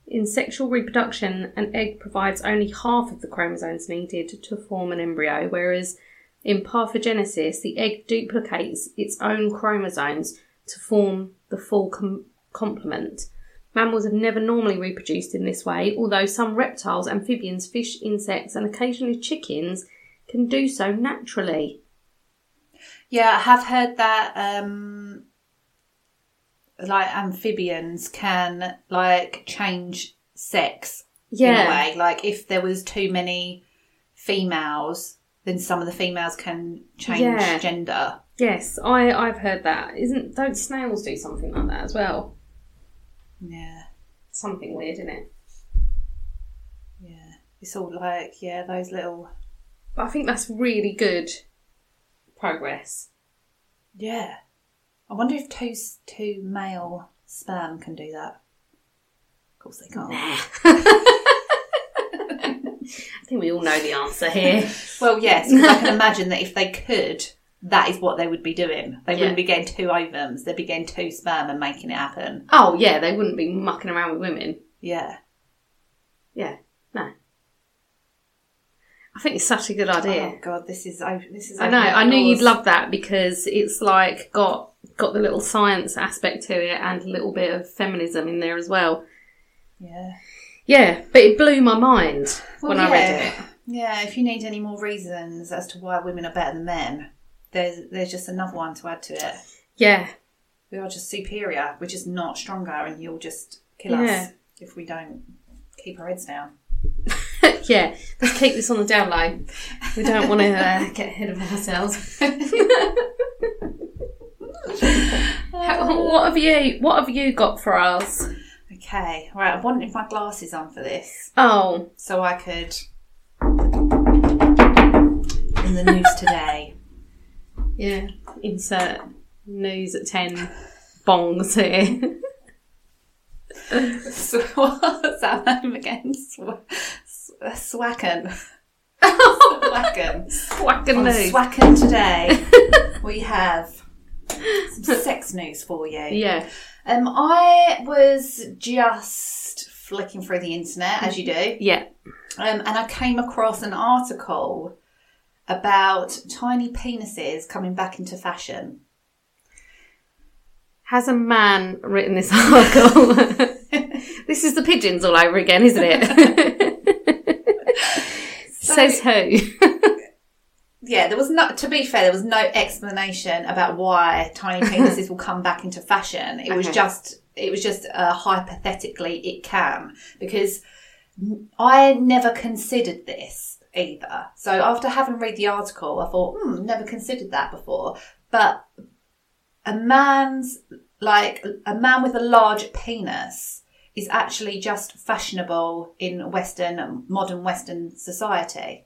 Speaker 2: In sexual reproduction, an egg provides only half of the chromosomes needed to form an embryo, whereas in parthenogenesis, the egg duplicates its own chromosomes to form the full com- complement. Mammals have never normally reproduced in this way, although some reptiles, amphibians, fish, insects, and occasionally chickens can do so naturally.
Speaker 3: Yeah, I have heard that um like amphibians can like change sex in a way. Like if there was too many females, then some of the females can change
Speaker 2: Yeah.
Speaker 3: gender.
Speaker 2: Yes, I, I've heard that. Isn't don't snails do something like that as well?
Speaker 3: Yeah.
Speaker 2: Something weird, isn't it?
Speaker 3: Yeah. It's all like, yeah, those little
Speaker 2: But I think that's really good progress.
Speaker 3: Yeah. I wonder if two s- two male sperm can do that. Of course they can't.
Speaker 2: I think we all know the answer here.
Speaker 3: Well, yes, 'cause I can imagine that if they could, that is what they would be doing. They
Speaker 2: Yeah.
Speaker 3: wouldn't be getting two ovums, they'd be getting two sperm and making it happen.
Speaker 2: oh yeah, they wouldn't be mucking around with women.
Speaker 3: Yeah.
Speaker 2: Yeah, no. I think it's such a good idea.
Speaker 3: Oh god, this is o- this is.
Speaker 2: I know.
Speaker 3: opening up
Speaker 2: I knew you'd
Speaker 3: doors.
Speaker 2: love that because it's like got got the little science aspect to it and a little bit of feminism in there as well.
Speaker 3: Yeah.
Speaker 2: Yeah, but it blew my mind when
Speaker 3: Well,
Speaker 2: I read it.
Speaker 3: Yeah. If you need any more reasons as to why women are better than men, there's there's just another one to add to it.
Speaker 2: Yeah,
Speaker 3: We are just superior. We're just not stronger, and you'll just kill
Speaker 2: Yeah.
Speaker 3: us if we don't keep our heads down.
Speaker 2: yeah. Let's keep this on the down low. We don't want to uh, get ahead of ourselves. How- what have you? What have you got for us?
Speaker 3: Okay. Right. I wanted my glasses on for this.
Speaker 2: Oh,
Speaker 3: so I could. In the news today.
Speaker 2: yeah. Insert news at ten bongs here.
Speaker 3: What's that name again? Swa- s- Swacken. Swacken.
Speaker 2: Quacking
Speaker 3: On
Speaker 2: news.
Speaker 3: Swacken today, we have some sex news for you.
Speaker 2: Yeah.
Speaker 3: Um, I was just flicking through the internet, as you do,
Speaker 2: Yeah.
Speaker 3: um, and I came across an article about tiny penises coming back into fashion.
Speaker 2: Has a man written this article? this is the pigeons all over again, isn't it? Says who?
Speaker 3: Yeah, there was no. To be fair, there was no explanation about why tiny penises will come back into fashion. It was
Speaker 2: Okay.
Speaker 3: just, it was just uh, hypothetically it can because n- I never considered this either. So after having read the article, I thought, hmm, never considered that before. But a man's like a man with a large penis is actually just fashionable in Western modern Western society.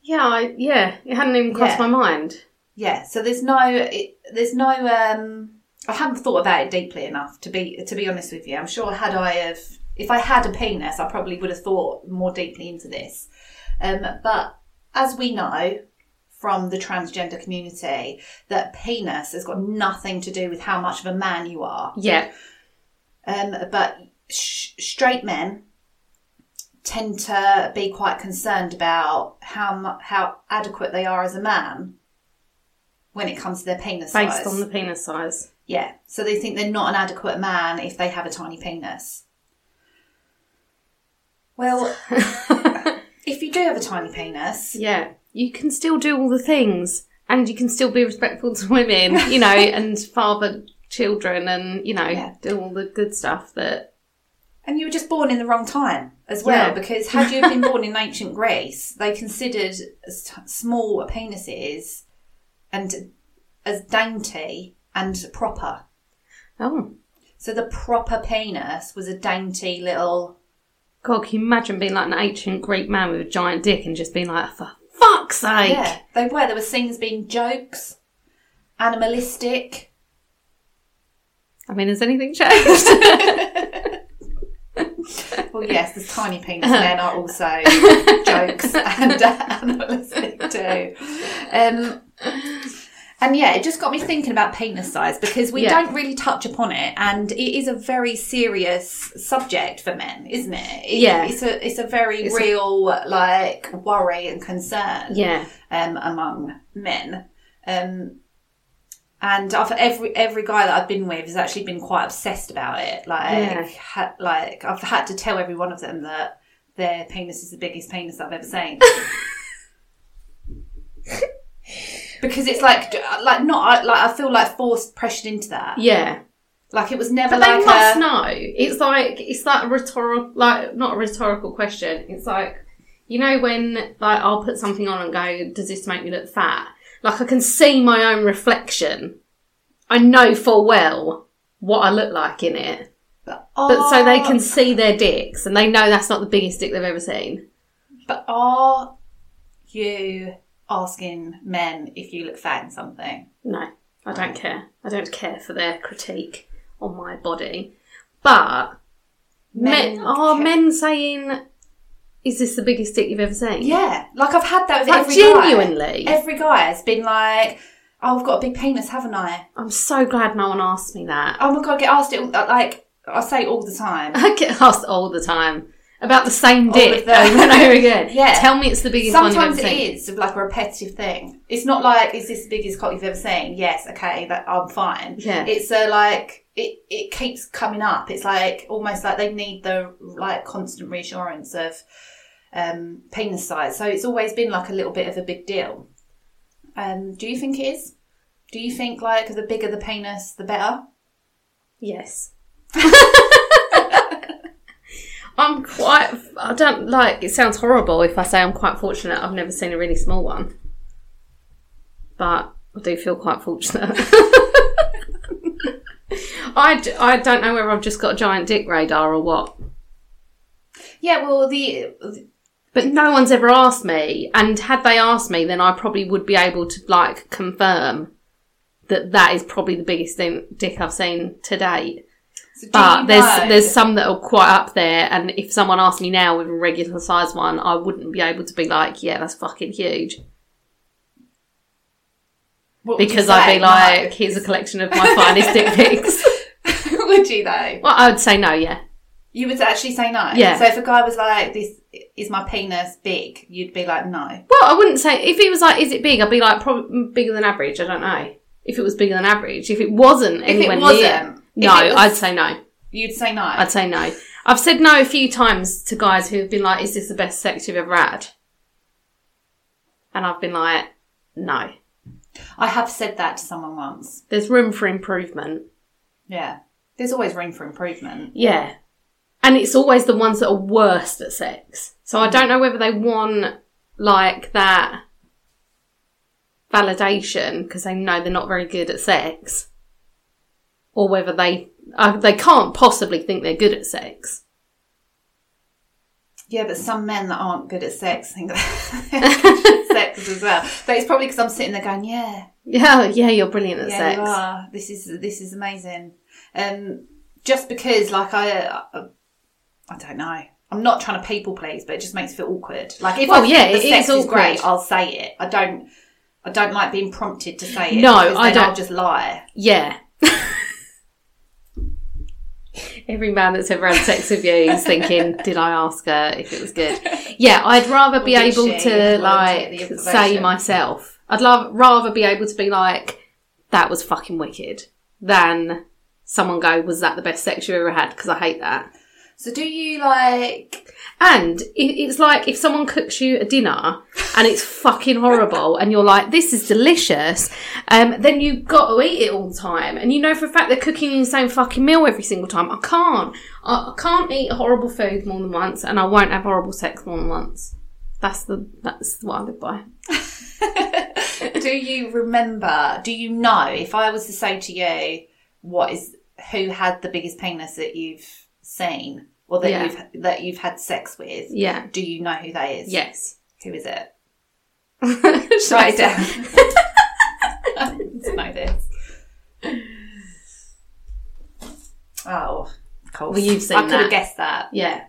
Speaker 2: yeah, I, yeah. It hadn't even crossed
Speaker 3: Yeah.
Speaker 2: my mind.
Speaker 3: Yeah, so there's no, it, there's no. Um, I haven't thought about it deeply enough to be to be honest with you. I'm sure had I have, if I had a penis, I probably would have thought more deeply into this. Um, but as we know from the transgender community, that penis has got nothing to do with how much of a man you are.
Speaker 2: Yeah.
Speaker 3: Um, but sh- straight men tend to be quite concerned about how mu- how adequate they are as a man when it comes to their penis
Speaker 2: Based
Speaker 3: size.
Speaker 2: on the penis size.
Speaker 3: yeah, so they think they're not an adequate man if they have a tiny penis. Well, if you do have a tiny penis,
Speaker 2: Yeah. You can still do all the things and you can still be respectful to women, you know, and father children and, you know,
Speaker 3: Yeah.
Speaker 2: do all the good stuff that.
Speaker 3: And you were just born in the wrong time as well,
Speaker 2: Yeah.
Speaker 3: because had you been born in ancient Greece, they considered s- small penises and as dainty and proper.
Speaker 2: Oh.
Speaker 3: So the proper penis was a dainty little.
Speaker 2: God, can you imagine being like an ancient Greek man with a giant dick and just being like, for fuck's sake?
Speaker 3: yeah, they were. There were scenes being jokes, animalistic.
Speaker 2: I mean, has anything changed?
Speaker 3: Well, yes, the tiny penis men are also jokes and uh, animalistic too. Um, and yeah, it just got me thinking about penis size because we
Speaker 2: Yeah.
Speaker 3: don't really touch upon it, and it is a very serious subject for men, isn't it? It-
Speaker 2: Yeah.
Speaker 3: it's a it's a very
Speaker 2: It's a-
Speaker 3: real like worry and concern
Speaker 2: yeah.
Speaker 3: um, among men. Um, and I've, every every guy that I've been with has actually been quite obsessed about it. Like,
Speaker 2: Yeah.
Speaker 3: ha- like I've had to tell every one of them that their penis is the biggest penis I've ever seen. because it's like, like not like I feel like forced pressured into that.
Speaker 2: Yeah.
Speaker 3: Like it was never
Speaker 2: But
Speaker 3: like
Speaker 2: they must
Speaker 3: a,
Speaker 2: know. It's like it's like a rhetorical, like not a rhetorical question. It's like you know when like I'll put something on and go, does this make me look fat? Like I can see my own reflection. I know full well what I look like in it, but so they
Speaker 3: Oh.
Speaker 2: can see their dicks and they know that's not the biggest dick they've ever seen.
Speaker 3: But are you asking men if you look fat in something?
Speaker 2: No, I don't care. I don't care for their critique on my body. But men, are
Speaker 3: care.
Speaker 2: men saying, "Is this the biggest dick you've ever seen?"
Speaker 3: Yeah, like I've had that with
Speaker 2: Like,
Speaker 3: every
Speaker 2: genuinely?
Speaker 3: Guy. Every guy has been like, "Oh, I've got a big penis, haven't I?"
Speaker 2: I'm so glad no one asked me that.
Speaker 3: Oh my god, I get asked it all- like I say it all the time.
Speaker 2: I get asked all the time about the same
Speaker 3: All
Speaker 2: dick
Speaker 3: of them.
Speaker 2: over and over again.
Speaker 3: Yeah.
Speaker 2: Tell me it's the biggest one
Speaker 3: Sometimes
Speaker 2: you've
Speaker 3: it
Speaker 2: ever seen.
Speaker 3: is like a repetitive thing. It's not like, "Is this the biggest cock you've ever seen?" Yes, okay, that I'm fine.
Speaker 2: Yeah.
Speaker 3: it's a like it it keeps coming up. It's like almost like they need the like constant reassurance of um penis size. So it's always been like a little bit of a big deal. Um, do you think it is? Do you think like the bigger the penis, the better?
Speaker 2: Yes. I'm quite. I don't like. It sounds horrible if I say I'm quite fortunate. I've never seen a really small one, but I do feel quite fortunate. I, d- I don't know whether I've just got a giant dick radar or what.
Speaker 3: Yeah, well, the
Speaker 2: But no one's ever asked me, and had they asked me, then I probably would be able to like confirm that that is probably the biggest thing, dick I've seen to date.
Speaker 3: So do
Speaker 2: But
Speaker 3: you
Speaker 2: there's
Speaker 3: know?
Speaker 2: there's some that are quite up there, and if someone asked me now with a regular size one, I wouldn't be able to be like, yeah, that's fucking huge,
Speaker 3: What would you
Speaker 2: because I'd
Speaker 3: say?
Speaker 2: be like, here's a collection of my finest dick pics.
Speaker 3: No. would you though?
Speaker 2: Well, I would say no, yeah,
Speaker 3: You would actually say no.
Speaker 2: Yeah.
Speaker 3: So if a guy was like, "This is my penis big," you'd be like, "No."
Speaker 2: Well, I wouldn't say if it was like, is it big? I'd be like, probably bigger than average. I don't know if it was bigger than average. If it wasn't
Speaker 3: it
Speaker 2: anywhere
Speaker 3: wasn't,
Speaker 2: near,
Speaker 3: if
Speaker 2: no,
Speaker 3: it was-
Speaker 2: I'd say no.
Speaker 3: You'd say no.
Speaker 2: I'd say no. I've said no a few times to guys who have been like, "Is this the best sex you've ever had?" And I've been like, "No,
Speaker 3: I have said that to someone once.
Speaker 2: there's room for improvement."
Speaker 3: Yeah. There's always room for improvement.
Speaker 2: Yeah, and it's always the ones that are worst at sex. So I don't know whether they want like that validation because they know they're not very good at sex, or whether they uh, they can't possibly think they're good at sex.
Speaker 3: Yeah, but some men that aren't good at sex think that sex as well. But it's probably because I'm sitting there going, "Yeah,
Speaker 2: Yeah, yeah, you're brilliant at
Speaker 3: yeah,
Speaker 2: sex.
Speaker 3: you are. This is this is amazing." Um, just because, like, I, I, I don't know. I'm not trying to people please, but it just makes it feel awkward. Like, if
Speaker 2: Well,
Speaker 3: I think
Speaker 2: yeah,
Speaker 3: the
Speaker 2: it is
Speaker 3: sex is great,
Speaker 2: awkward.
Speaker 3: I'll say it. I don't. I don't like being prompted to say it.
Speaker 2: No,
Speaker 3: because
Speaker 2: I
Speaker 3: then
Speaker 2: don't.
Speaker 3: I'll just lie.
Speaker 2: Yeah. Every man that's ever had sex with you is thinking, did I ask her if it was good? Yeah, I'd rather be
Speaker 3: Or did
Speaker 2: able
Speaker 3: she
Speaker 2: to
Speaker 3: volunteer the
Speaker 2: like say
Speaker 3: information?
Speaker 2: myself. I'd love rather be able to be like, that was fucking wicked, than someone go, was that the best sex you ever had? Because I hate that.
Speaker 3: So, do you like?
Speaker 2: And it, it's like if someone cooks you a dinner and it's fucking horrible, and you're like, "This is delicious," um, then you've got to eat it all the time, and you know for a fact they're cooking the same fucking meal every single time. I can't. I, I can't eat horrible food more than once, and I won't have horrible sex more than once. That's the that's what I live by.
Speaker 3: Do you remember? Do you know if I was to say to you, what is who had the biggest penis that you've seen or that
Speaker 2: Yeah.
Speaker 3: you've that you've had sex with?
Speaker 2: Yeah.
Speaker 3: Do you know who that is?
Speaker 2: Yes.
Speaker 3: Who is it?
Speaker 2: Right.
Speaker 3: Write it down. I need to know this. Oh, cool.
Speaker 2: Well, you've seen
Speaker 3: I could
Speaker 2: that.
Speaker 3: have guessed that.
Speaker 2: Yeah.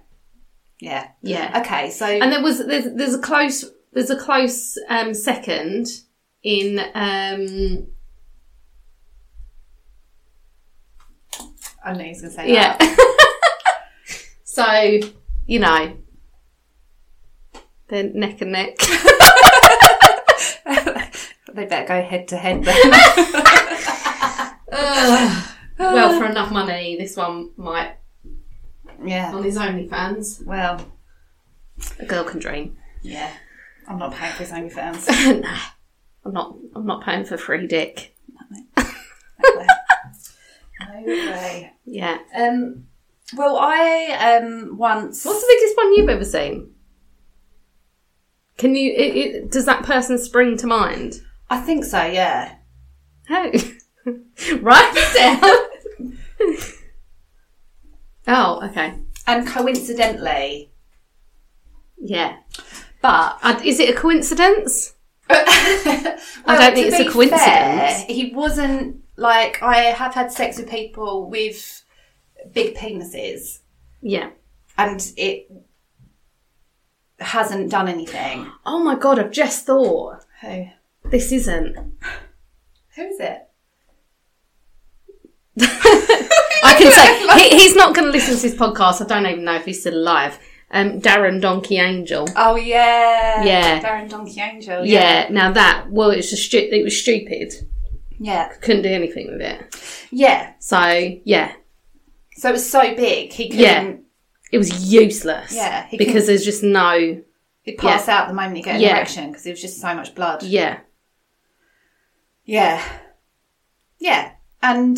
Speaker 3: Yeah.
Speaker 2: Yeah.
Speaker 3: Okay, so
Speaker 2: And there was there's, there's a close there's a close um, second in um,
Speaker 3: I knew he was going to say
Speaker 2: yeah.
Speaker 3: that.
Speaker 2: so you know, they're neck and neck.
Speaker 3: They better go head to head then.
Speaker 2: well, for enough money, this one might
Speaker 3: yeah.
Speaker 2: on his OnlyFans.
Speaker 3: Well,
Speaker 2: A girl can dream.
Speaker 3: yeah. I'm not paying for his OnlyFans.
Speaker 2: nah, I'm not. I'm not paying for free dick.
Speaker 3: No way.
Speaker 2: Yeah.
Speaker 3: Um, well, I um, once.
Speaker 2: What's the biggest one you've ever seen? Can you? It, it, does that person spring to mind?
Speaker 3: I think so, yeah.
Speaker 2: Oh, right down. oh, okay.
Speaker 3: And coincidentally,
Speaker 2: Yeah.
Speaker 3: but.
Speaker 2: Uh, is it a coincidence?
Speaker 3: Well,
Speaker 2: don't think
Speaker 3: Oh, to
Speaker 2: it's a
Speaker 3: be
Speaker 2: coincidence.
Speaker 3: fair, he wasn't. Like, I have had sex with people with big penises,
Speaker 2: Yeah.
Speaker 3: and it hasn't done anything.
Speaker 2: Oh my god, I've just thought.
Speaker 3: Who?
Speaker 2: This isn't.
Speaker 3: Who is it?
Speaker 2: I can say he, he's not going to listen to this podcast. I don't even know if he's still alive. Um, Darren Donkey Angel.
Speaker 3: Oh, yeah.
Speaker 2: Yeah.
Speaker 3: Darren Donkey Angel.
Speaker 2: Yeah. Now that well, it's just stu- it was stupid.
Speaker 3: Yeah.
Speaker 2: Couldn't do anything with it.
Speaker 3: Yeah.
Speaker 2: So yeah,
Speaker 3: So it was so big, he couldn't.
Speaker 2: Yeah. it was useless.
Speaker 3: Yeah, he
Speaker 2: Because
Speaker 3: couldn't-
Speaker 2: there's just no.
Speaker 3: He'd pass out the moment he get an
Speaker 2: Yeah.
Speaker 3: erection because it was just so much blood.
Speaker 2: Yeah.
Speaker 3: Yeah. Yeah. And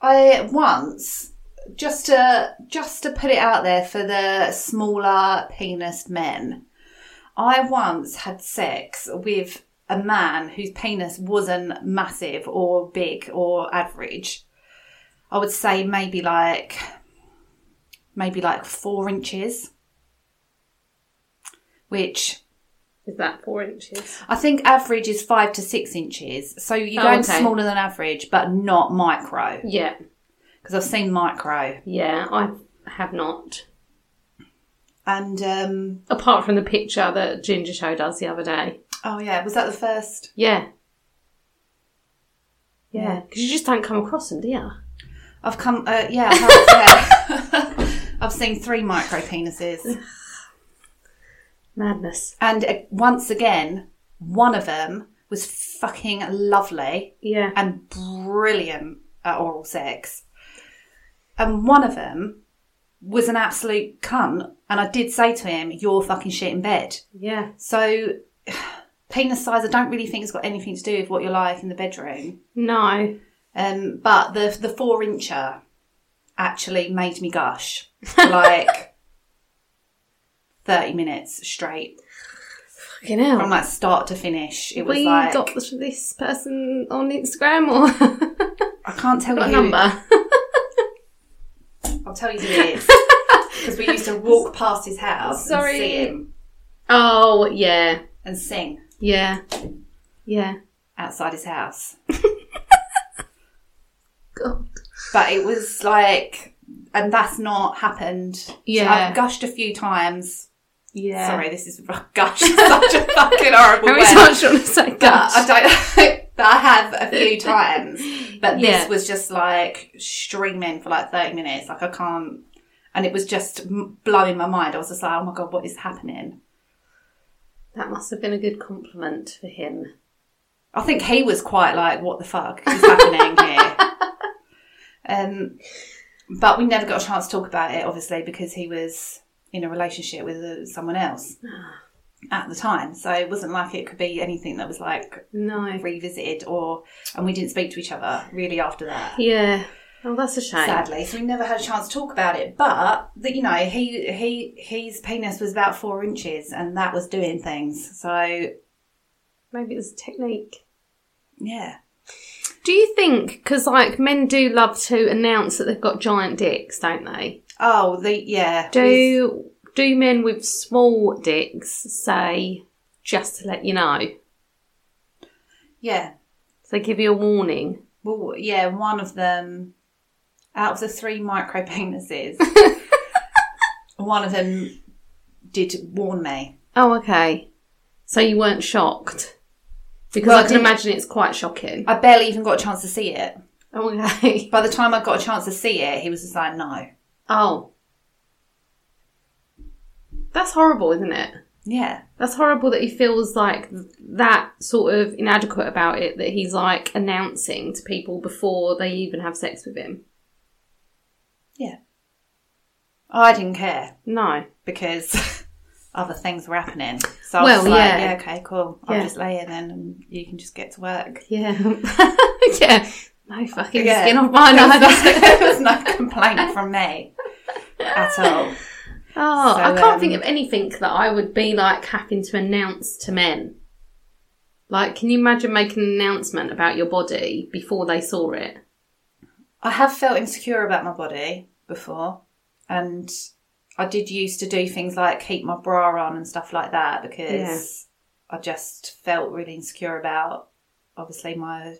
Speaker 3: I once just to just to put it out there for the smaller penis men, I once had sex with a man whose penis wasn't massive or big or average. I would say maybe like maybe like four inches. Which
Speaker 2: Is that four inches?
Speaker 3: I think average is five to six inches. So you're
Speaker 2: Oh,
Speaker 3: going
Speaker 2: okay.
Speaker 3: smaller than average, but not micro.
Speaker 2: Yeah.
Speaker 3: because I've seen Micro
Speaker 2: Yeah, I have not.
Speaker 3: and um,
Speaker 2: Apart from the picture that Ginger showed us the other day.
Speaker 3: oh yeah, was that the first?
Speaker 2: Yeah. Yeah, because you just don't come across them, do you?
Speaker 3: I've come. Uh, yeah, I have, yeah. I've seen three micro penises,
Speaker 2: Madness.
Speaker 3: and uh, once again, one of them was fucking lovely
Speaker 2: Yeah.
Speaker 3: and brilliant at oral sex, and one of them was an absolute cunt. And I did say to him, "You're fucking shit in bed."
Speaker 2: yeah.
Speaker 3: So, penis size, I don't really think it's got anything to do with what you're like in the bedroom.
Speaker 2: No.
Speaker 3: Um, but the the four incher actually made me gush for like thirty minutes straight
Speaker 2: Fucking hell.
Speaker 3: from like start to finish. It was
Speaker 2: we
Speaker 3: like
Speaker 2: got this, this person on Instagram or
Speaker 3: I can't tell
Speaker 2: got a
Speaker 3: you.
Speaker 2: number.
Speaker 3: I'll tell you who it is because we used to walk past his house
Speaker 2: Sorry.
Speaker 3: and see him
Speaker 2: Oh yeah,
Speaker 3: and sing
Speaker 2: yeah, yeah.
Speaker 3: outside his house.
Speaker 2: God.
Speaker 3: But it was like, and that's not happened. So
Speaker 2: Yeah.
Speaker 3: I've gushed a few times.
Speaker 2: Yeah.
Speaker 3: Sorry, this is gush such a fucking horrible
Speaker 2: How
Speaker 3: word.
Speaker 2: many times do you want to say
Speaker 3: But
Speaker 2: gosh?
Speaker 3: I don't. but I have a few times. But this
Speaker 2: Yeah.
Speaker 3: was just like streaming for like thirty minutes. Like I can't. And it was just m- blowing my mind. I was just like, oh my god, what is happening?
Speaker 2: That must have been a good compliment for him.
Speaker 3: I think he was quite like, what the fuck is happening here? Um, but we never got a chance to talk about it, obviously, because he was in a relationship with uh, someone else at the time. So it wasn't like it could be anything that was like
Speaker 2: No.
Speaker 3: revisited or, and we didn't speak to each other really after that.
Speaker 2: Yeah. Oh, that's a shame.
Speaker 3: Sadly, so we never had a chance to talk about it. But that you know, he he his penis was about four inches, and that was doing things. So
Speaker 2: Maybe it's a technique.
Speaker 3: yeah,
Speaker 2: Do you think, because like men do love to announce that they've got giant dicks, don't they?
Speaker 3: oh the yeah,
Speaker 2: Do do men with small dicks say just to let you know?
Speaker 3: yeah.
Speaker 2: So they give you a warning.
Speaker 3: Well, yeah, one of them out of the three micro penises, one of them did warn me.
Speaker 2: Oh, okay. So you weren't shocked because
Speaker 3: Well,
Speaker 2: I
Speaker 3: I
Speaker 2: can
Speaker 3: didn't-
Speaker 2: imagine it's quite shocking.
Speaker 3: I barely even got a chance to see it.
Speaker 2: Oh, okay.
Speaker 3: By the time I got a chance to see it, he was just like, "No,
Speaker 2: Oh, that's horrible, isn't it?
Speaker 3: yeah,
Speaker 2: That's horrible that he feels like that sort of inadequate about it that he's like announcing to people before they even have sex with him.
Speaker 3: yeah." I didn't care
Speaker 2: No.
Speaker 3: because other things were happening. So I was
Speaker 2: Well,
Speaker 3: just like,
Speaker 2: yeah.
Speaker 3: yeah. okay, cool.
Speaker 2: Yeah.
Speaker 3: I'll just lay here then, and you can just get to work."
Speaker 2: Yeah. yeah. No fucking
Speaker 3: Yeah.
Speaker 2: skin off my
Speaker 3: There was
Speaker 2: nose.
Speaker 3: no- there was no complaint from me at all.
Speaker 2: Oh,
Speaker 3: So,
Speaker 2: I can't
Speaker 3: um,
Speaker 2: think of anything that I would be like having to announce to men. Like, can you imagine making an announcement about your body before they saw it?
Speaker 3: I have felt insecure about my body before, and I did used to do things like keep my bra on and stuff like that because I just felt really insecure about obviously my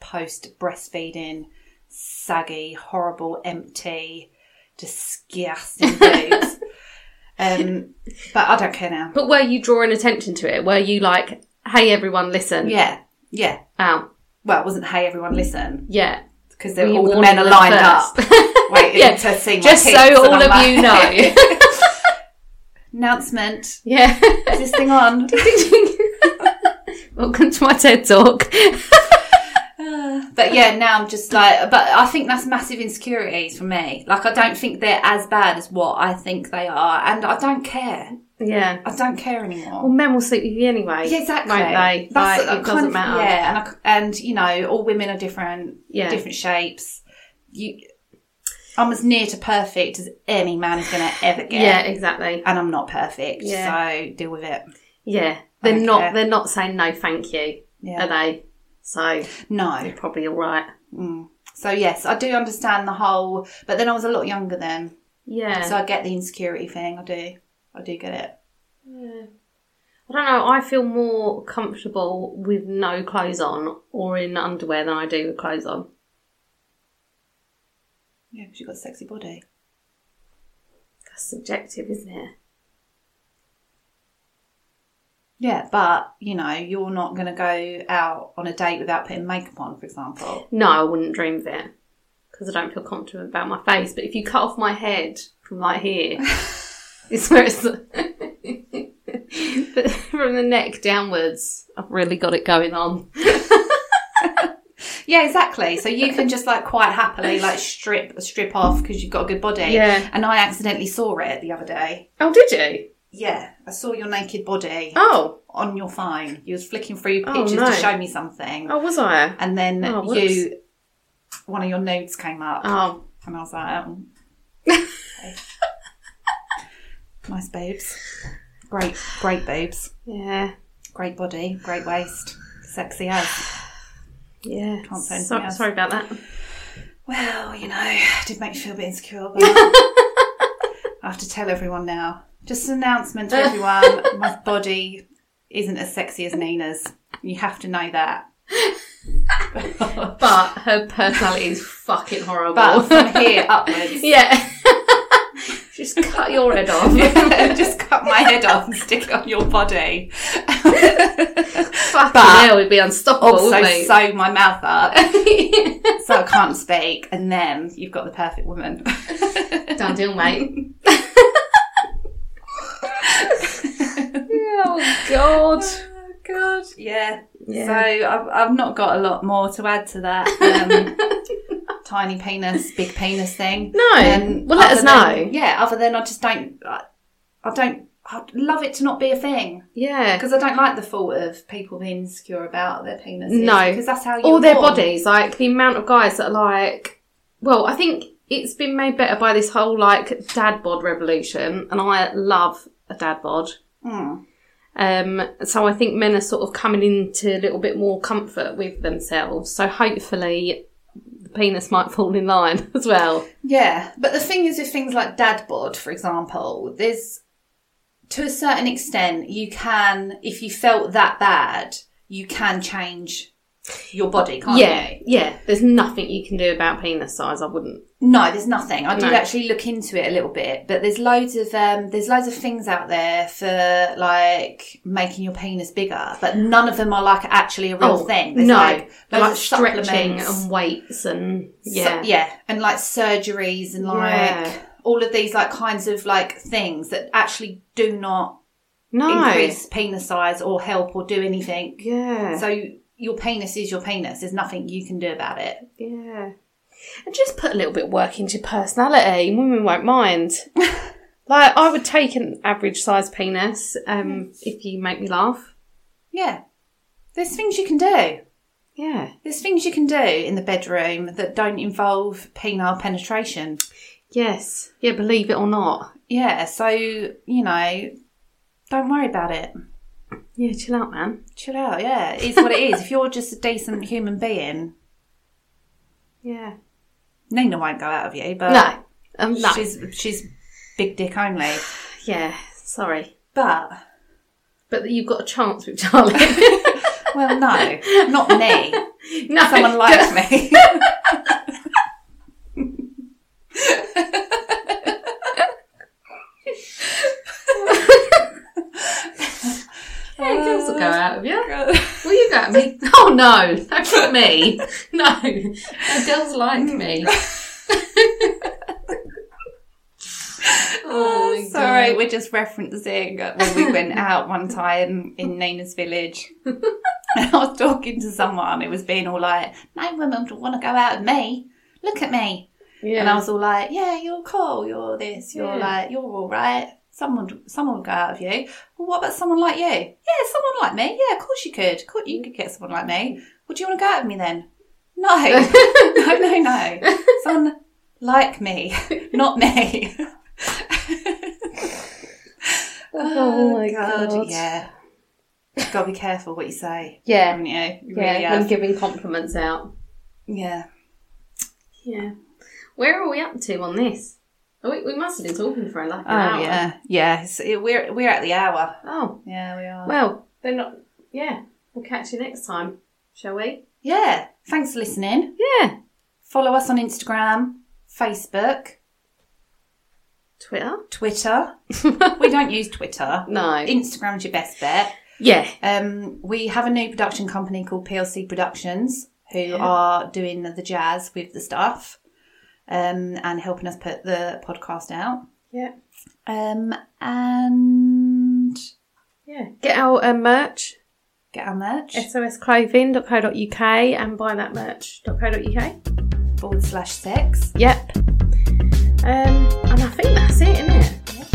Speaker 3: post breastfeeding, saggy, horrible, empty, disgusting boobs. um, but I don't care now.
Speaker 2: But were you drawing attention to it? Were you like, hey, everyone, listen?
Speaker 3: Yeah, yeah.
Speaker 2: Ow.
Speaker 3: Well, it wasn't hey everyone listen
Speaker 2: Yeah.
Speaker 3: because
Speaker 2: Were you
Speaker 3: all the
Speaker 2: warning
Speaker 3: men are
Speaker 2: them
Speaker 3: lined up
Speaker 2: first?
Speaker 3: waiting
Speaker 2: Yeah,
Speaker 3: to see my
Speaker 2: Just
Speaker 3: tits, and
Speaker 2: so all
Speaker 3: I'm
Speaker 2: of
Speaker 3: like-
Speaker 2: you know.
Speaker 3: announcement.
Speaker 2: yeah.
Speaker 3: Is this thing on?
Speaker 2: Welcome to my TED Talk.
Speaker 3: but yeah, now I'm just like, but I think that's massive insecurities for me. Like, I don't think they're as bad as what I think they are, and I don't care.
Speaker 2: Yeah.
Speaker 3: I don't care
Speaker 2: Well,
Speaker 3: anymore.
Speaker 2: men will sleep with you anyway.
Speaker 3: Yeah, exactly.
Speaker 2: Won't they?
Speaker 3: That's
Speaker 2: like,
Speaker 3: a
Speaker 2: it
Speaker 3: kind
Speaker 2: doesn't
Speaker 3: of-
Speaker 2: matter.
Speaker 3: Yeah, and I c and you know, all women are different.
Speaker 2: Yeah.
Speaker 3: different shapes. You, I'm as near to perfect as any man is going to ever get.
Speaker 2: Yeah, exactly.
Speaker 3: and I'm not perfect,
Speaker 2: Yeah.
Speaker 3: so deal with it.
Speaker 2: Yeah, they're
Speaker 3: Okay.
Speaker 2: not. They're not saying no, thank you,
Speaker 3: Yeah.
Speaker 2: are they? So
Speaker 3: No.
Speaker 2: you're probably all right.
Speaker 3: So yes, I do understand the whole, but then I was a lot younger then.
Speaker 2: Yeah.
Speaker 3: So I get the insecurity thing. I do. I do get it.
Speaker 2: I don't know. I feel more comfortable with no clothes on or in underwear than I do with clothes on.
Speaker 3: Yeah, because you've got a sexy body.
Speaker 2: That's subjective, isn't it?
Speaker 3: Yeah, but you know, you're not going to go out on a date without putting makeup on, for example.
Speaker 2: No, I wouldn't dream of it because I don't feel confident about my face. But if you cut off my head from like here, it's where it's but from the neck downwards. I've really got it going on.
Speaker 3: Yeah, exactly. So you can just like quite happily like strip strip off because you've got a good body.
Speaker 2: Yeah.
Speaker 3: And I accidentally saw it the other day.
Speaker 2: Oh, did you?
Speaker 3: Yeah, I saw your naked body
Speaker 2: Oh,
Speaker 3: on your phone. You was flicking through
Speaker 2: Oh,
Speaker 3: pictures
Speaker 2: no.
Speaker 3: to show me something,
Speaker 2: oh, was I?
Speaker 3: and then
Speaker 2: Oh, whoops.
Speaker 3: you one of your nudes came up,
Speaker 2: Oh,
Speaker 3: and I was like, oh. okay. nice boobs, great great boobs,
Speaker 2: yeah,
Speaker 3: great body, great waist, sexy as.
Speaker 2: yeah.
Speaker 3: Can't say anything
Speaker 2: So,
Speaker 3: else.
Speaker 2: sorry about that.
Speaker 3: Well, you know, it did make me feel a bit insecure, but I have to tell everyone now. Just an announcement to everyone my body isn't as sexy as Nina's. You have to know that.
Speaker 2: But her personality is fucking horrible.
Speaker 3: But from here upwards,
Speaker 2: yeah. Just cut your head off.
Speaker 3: just cut my head off and stick it on your body.
Speaker 2: Fucking
Speaker 3: But-
Speaker 2: hell, we'd be unstoppable,
Speaker 3: Also,
Speaker 2: wouldn't we?
Speaker 3: Oh, sew my mouth up so I can't speak, and then you've got the perfect woman.
Speaker 2: Done deal, mate. oh God.
Speaker 3: God, yeah. So I've, I've not got a lot more to add to that um, tiny penis, big penis thing.
Speaker 2: No. Well, let
Speaker 3: other
Speaker 2: us know.
Speaker 3: than- yeah. Other than I just don't. I, I don't. I'd love it to not be a thing
Speaker 2: Yeah.
Speaker 3: because I don't like the thought of people being insecure about their penises.
Speaker 2: No.
Speaker 3: because that's how you
Speaker 2: All their
Speaker 3: born.
Speaker 2: bodies, like the amount of guys that are like, well, I think it's been made better by this whole like dad bod revolution, and I love a dad bod.
Speaker 3: Hmm.
Speaker 2: Um, so I think men are sort of coming into a little bit more comfort with themselves. So hopefully, the penis might fall in line as well.
Speaker 3: Yeah, but the thing is with things like dad bod, for example, there's to a certain extent you can, if you felt that bad, you can change your body, can't
Speaker 2: yeah,
Speaker 3: you?
Speaker 2: yeah. There's nothing you can do about penis size. I wouldn't.
Speaker 3: No, there's nothing. I did
Speaker 2: No.
Speaker 3: actually look into it a little bit, but there's loads of um, there's loads of things out there for like making your penis bigger, but none of them are like actually a real thing. There's
Speaker 2: Oh, no,
Speaker 3: Oh, like,
Speaker 2: like,
Speaker 3: loads of
Speaker 2: stretching Oh,
Speaker 3: supplements.
Speaker 2: and weights and
Speaker 3: So-
Speaker 2: yeah,
Speaker 3: yeah, and like surgeries and like
Speaker 2: Yeah.
Speaker 3: all of these like kinds of like things that actually do not
Speaker 2: no,
Speaker 3: increase penis size or help or do anything.
Speaker 2: yeah,
Speaker 3: So your penis is your penis. There's nothing you can do about it.
Speaker 2: yeah. And just put a little bit of work into your personality. Women won't mind. like I would take an average size penis um, if you make me laugh.
Speaker 3: Yeah, there's things you can do.
Speaker 2: Yeah,
Speaker 3: There's things you can do in the bedroom that don't involve penile penetration.
Speaker 2: yes, yeah. Believe it or not.
Speaker 3: Yeah, so you know, don't worry about it.
Speaker 2: Yeah, chill out, man.
Speaker 3: Chill out. Yeah, it is what it is. If you're just a decent human being,
Speaker 2: Yeah.
Speaker 3: Nina won't go out of you. But
Speaker 2: No, um, no.
Speaker 3: Uh, She's she's big dick only.
Speaker 2: yeah. Sorry,
Speaker 3: But
Speaker 2: but you've got a chance with Charlie.
Speaker 3: well, no, not me.
Speaker 2: no,
Speaker 3: Someone likes me.
Speaker 2: Yeah, girls will go out of you. Will you go at me? Oh no, that's not me. No, no girls like me. Mm. oh my
Speaker 3: Sorry, we're just referencing when we went out one time in Nina's village. and I was talking to someone who was being all like, "No woman would want to go out with me. Look at me."
Speaker 2: Yeah.
Speaker 3: And I was all like, "Yeah, you're cool. You're this. You're
Speaker 2: Yeah.
Speaker 3: like, you're all right. Someone, someone would go out of you. Well, what about someone like you? Yeah, someone like me. Yeah, of course you could. Of course you could get someone like me. Well, do you want to go out with me then? No, no, no, no. Someone like me, not me.
Speaker 2: Oh my God.
Speaker 3: Yeah, gotta be careful what you say.
Speaker 2: Yeah.
Speaker 3: haven't you? You
Speaker 2: yeah,
Speaker 3: really
Speaker 2: when
Speaker 3: have.
Speaker 2: giving compliments out.
Speaker 3: yeah.
Speaker 2: Yeah. Where are we up to on this? Oh, we, we must have been talking for like an
Speaker 3: Oh
Speaker 2: hour.
Speaker 3: yeah, yeah. It's- it- we're we're at the hour.
Speaker 2: Oh
Speaker 3: Yeah, we are.
Speaker 2: well, they're not. Yeah, we'll catch you next time, shall we?
Speaker 3: yeah. Thanks for listening.
Speaker 2: Yeah.
Speaker 3: Follow us on Instagram. Facebook,
Speaker 2: Twitter?
Speaker 3: Twitter. we don't use Twitter.
Speaker 2: No.
Speaker 3: Instagram's your best bet.
Speaker 2: Yeah.
Speaker 3: Um, we have a new production company called PLC Productions who are doing the jazz with the stuff um, and helping us put the podcast out.
Speaker 2: Yeah.
Speaker 3: Um, and
Speaker 2: Yeah. Get our um, merch,
Speaker 3: get our merch
Speaker 2: sosclothing.co.uk and buy that merch.co.uk.
Speaker 3: forward slash sex.
Speaker 2: Yep. Um, and I think that's it, isn't it?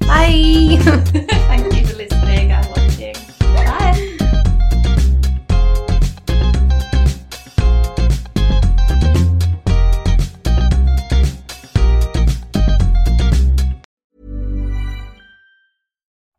Speaker 3: Bye. Thank you for listening and watching. Bye.